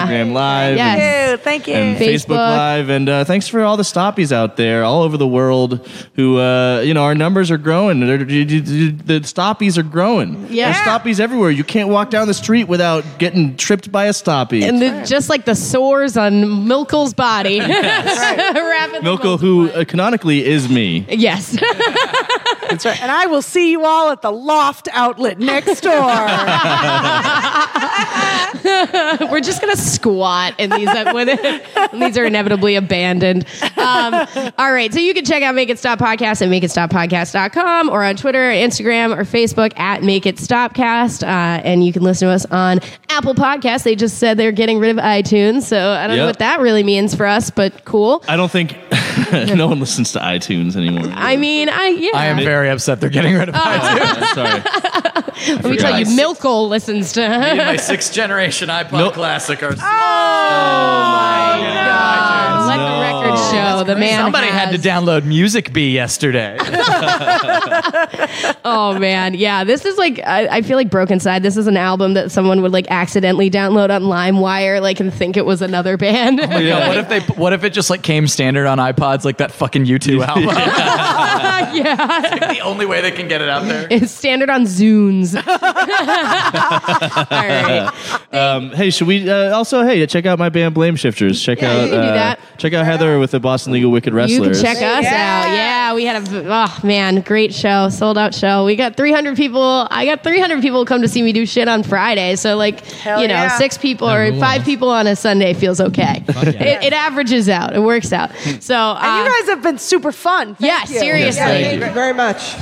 uh, Instagram Live. Yes. and- Dude, thank you. and Facebook. Facebook, Live. And uh, thanks for all the stoppies out there all over the world who, uh, you know, our numbers are growing. They're- d- d- d- The stoppies are growing. Yeah. There's stoppies everywhere. You can't walk down the street without getting tripped by a stoppie. And the, just like the sores on Milkel's body, *laughs* Rapidly Milko, who uh, canonically is me. Yes. *laughs* That's right. And I will see you all at the loft outlet next *laughs* door. We're just gonna squat in these uh, when, when these are inevitably abandoned. Um, all right, so you can check out Make It Stop Podcast at makeitstoppodcast.com or on Twitter, Instagram, or Facebook at Make It Stopcast, uh, and you can listen to us on Apple Podcasts. They just said they're getting rid of iTunes, so I don't know Yep. what that really means for us, but cool. I don't think *laughs* no one listens to iTunes anymore. *laughs* I mean, I yeah. Oh. I am very upset they're getting rid of iTunes. I'm sorry. *laughs* Let me tell you, Milkel listens to. *laughs* My sixth generation iPod Nope. classic. Or Let the record show the Oh, man. somebody had to has- download Music Bee *laughs* yesterday. Oh man, yeah. This is like I, I feel like Broken Side. This is an album that someone would like accidentally download on LimeWire, like and think it was another band. *laughs* Yeah, what if they? What if it just like came standard on iPods, like that fucking *laughs* U2 album? *laughs* yeah, the only way they can get it out there. it's standard on Zunes. All right. Um, hey, should we uh, also hey check out my band Blame Shifters? Check Yeah, out you can do uh, that. check out Heather with the Boston Legal Wicked You Wrestlers. can check us out. Yeah, we had a oh man, great show, sold out show. We got 300 people. I got 300 people come to see me do shit on Friday. So like, you know, yeah. six people That or rules. five people on a Sunday feels okay. it, it averages out. It works out. So uh, you guys have been super fun. Thank yeah, you. seriously. Yeah, thank you very much.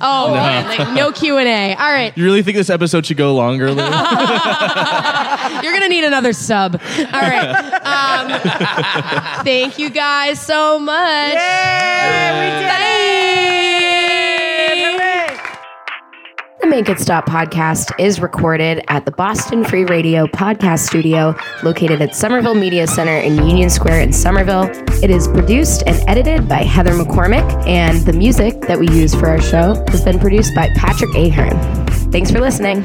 Oh, man, like, no Q and A. All right, You really think this episode should go longer? *laughs* Lou? you're gonna need another sub. All right. Um, thank you guys so much. Bye. The Make It Stop podcast is recorded at the Boston Free Radio podcast studio located at Somerville Media Center in Union Square in Somerville. It is produced and edited by Heather McCormick, and the music that we use for our show has been produced by Patrick Ahern. Thanks for listening.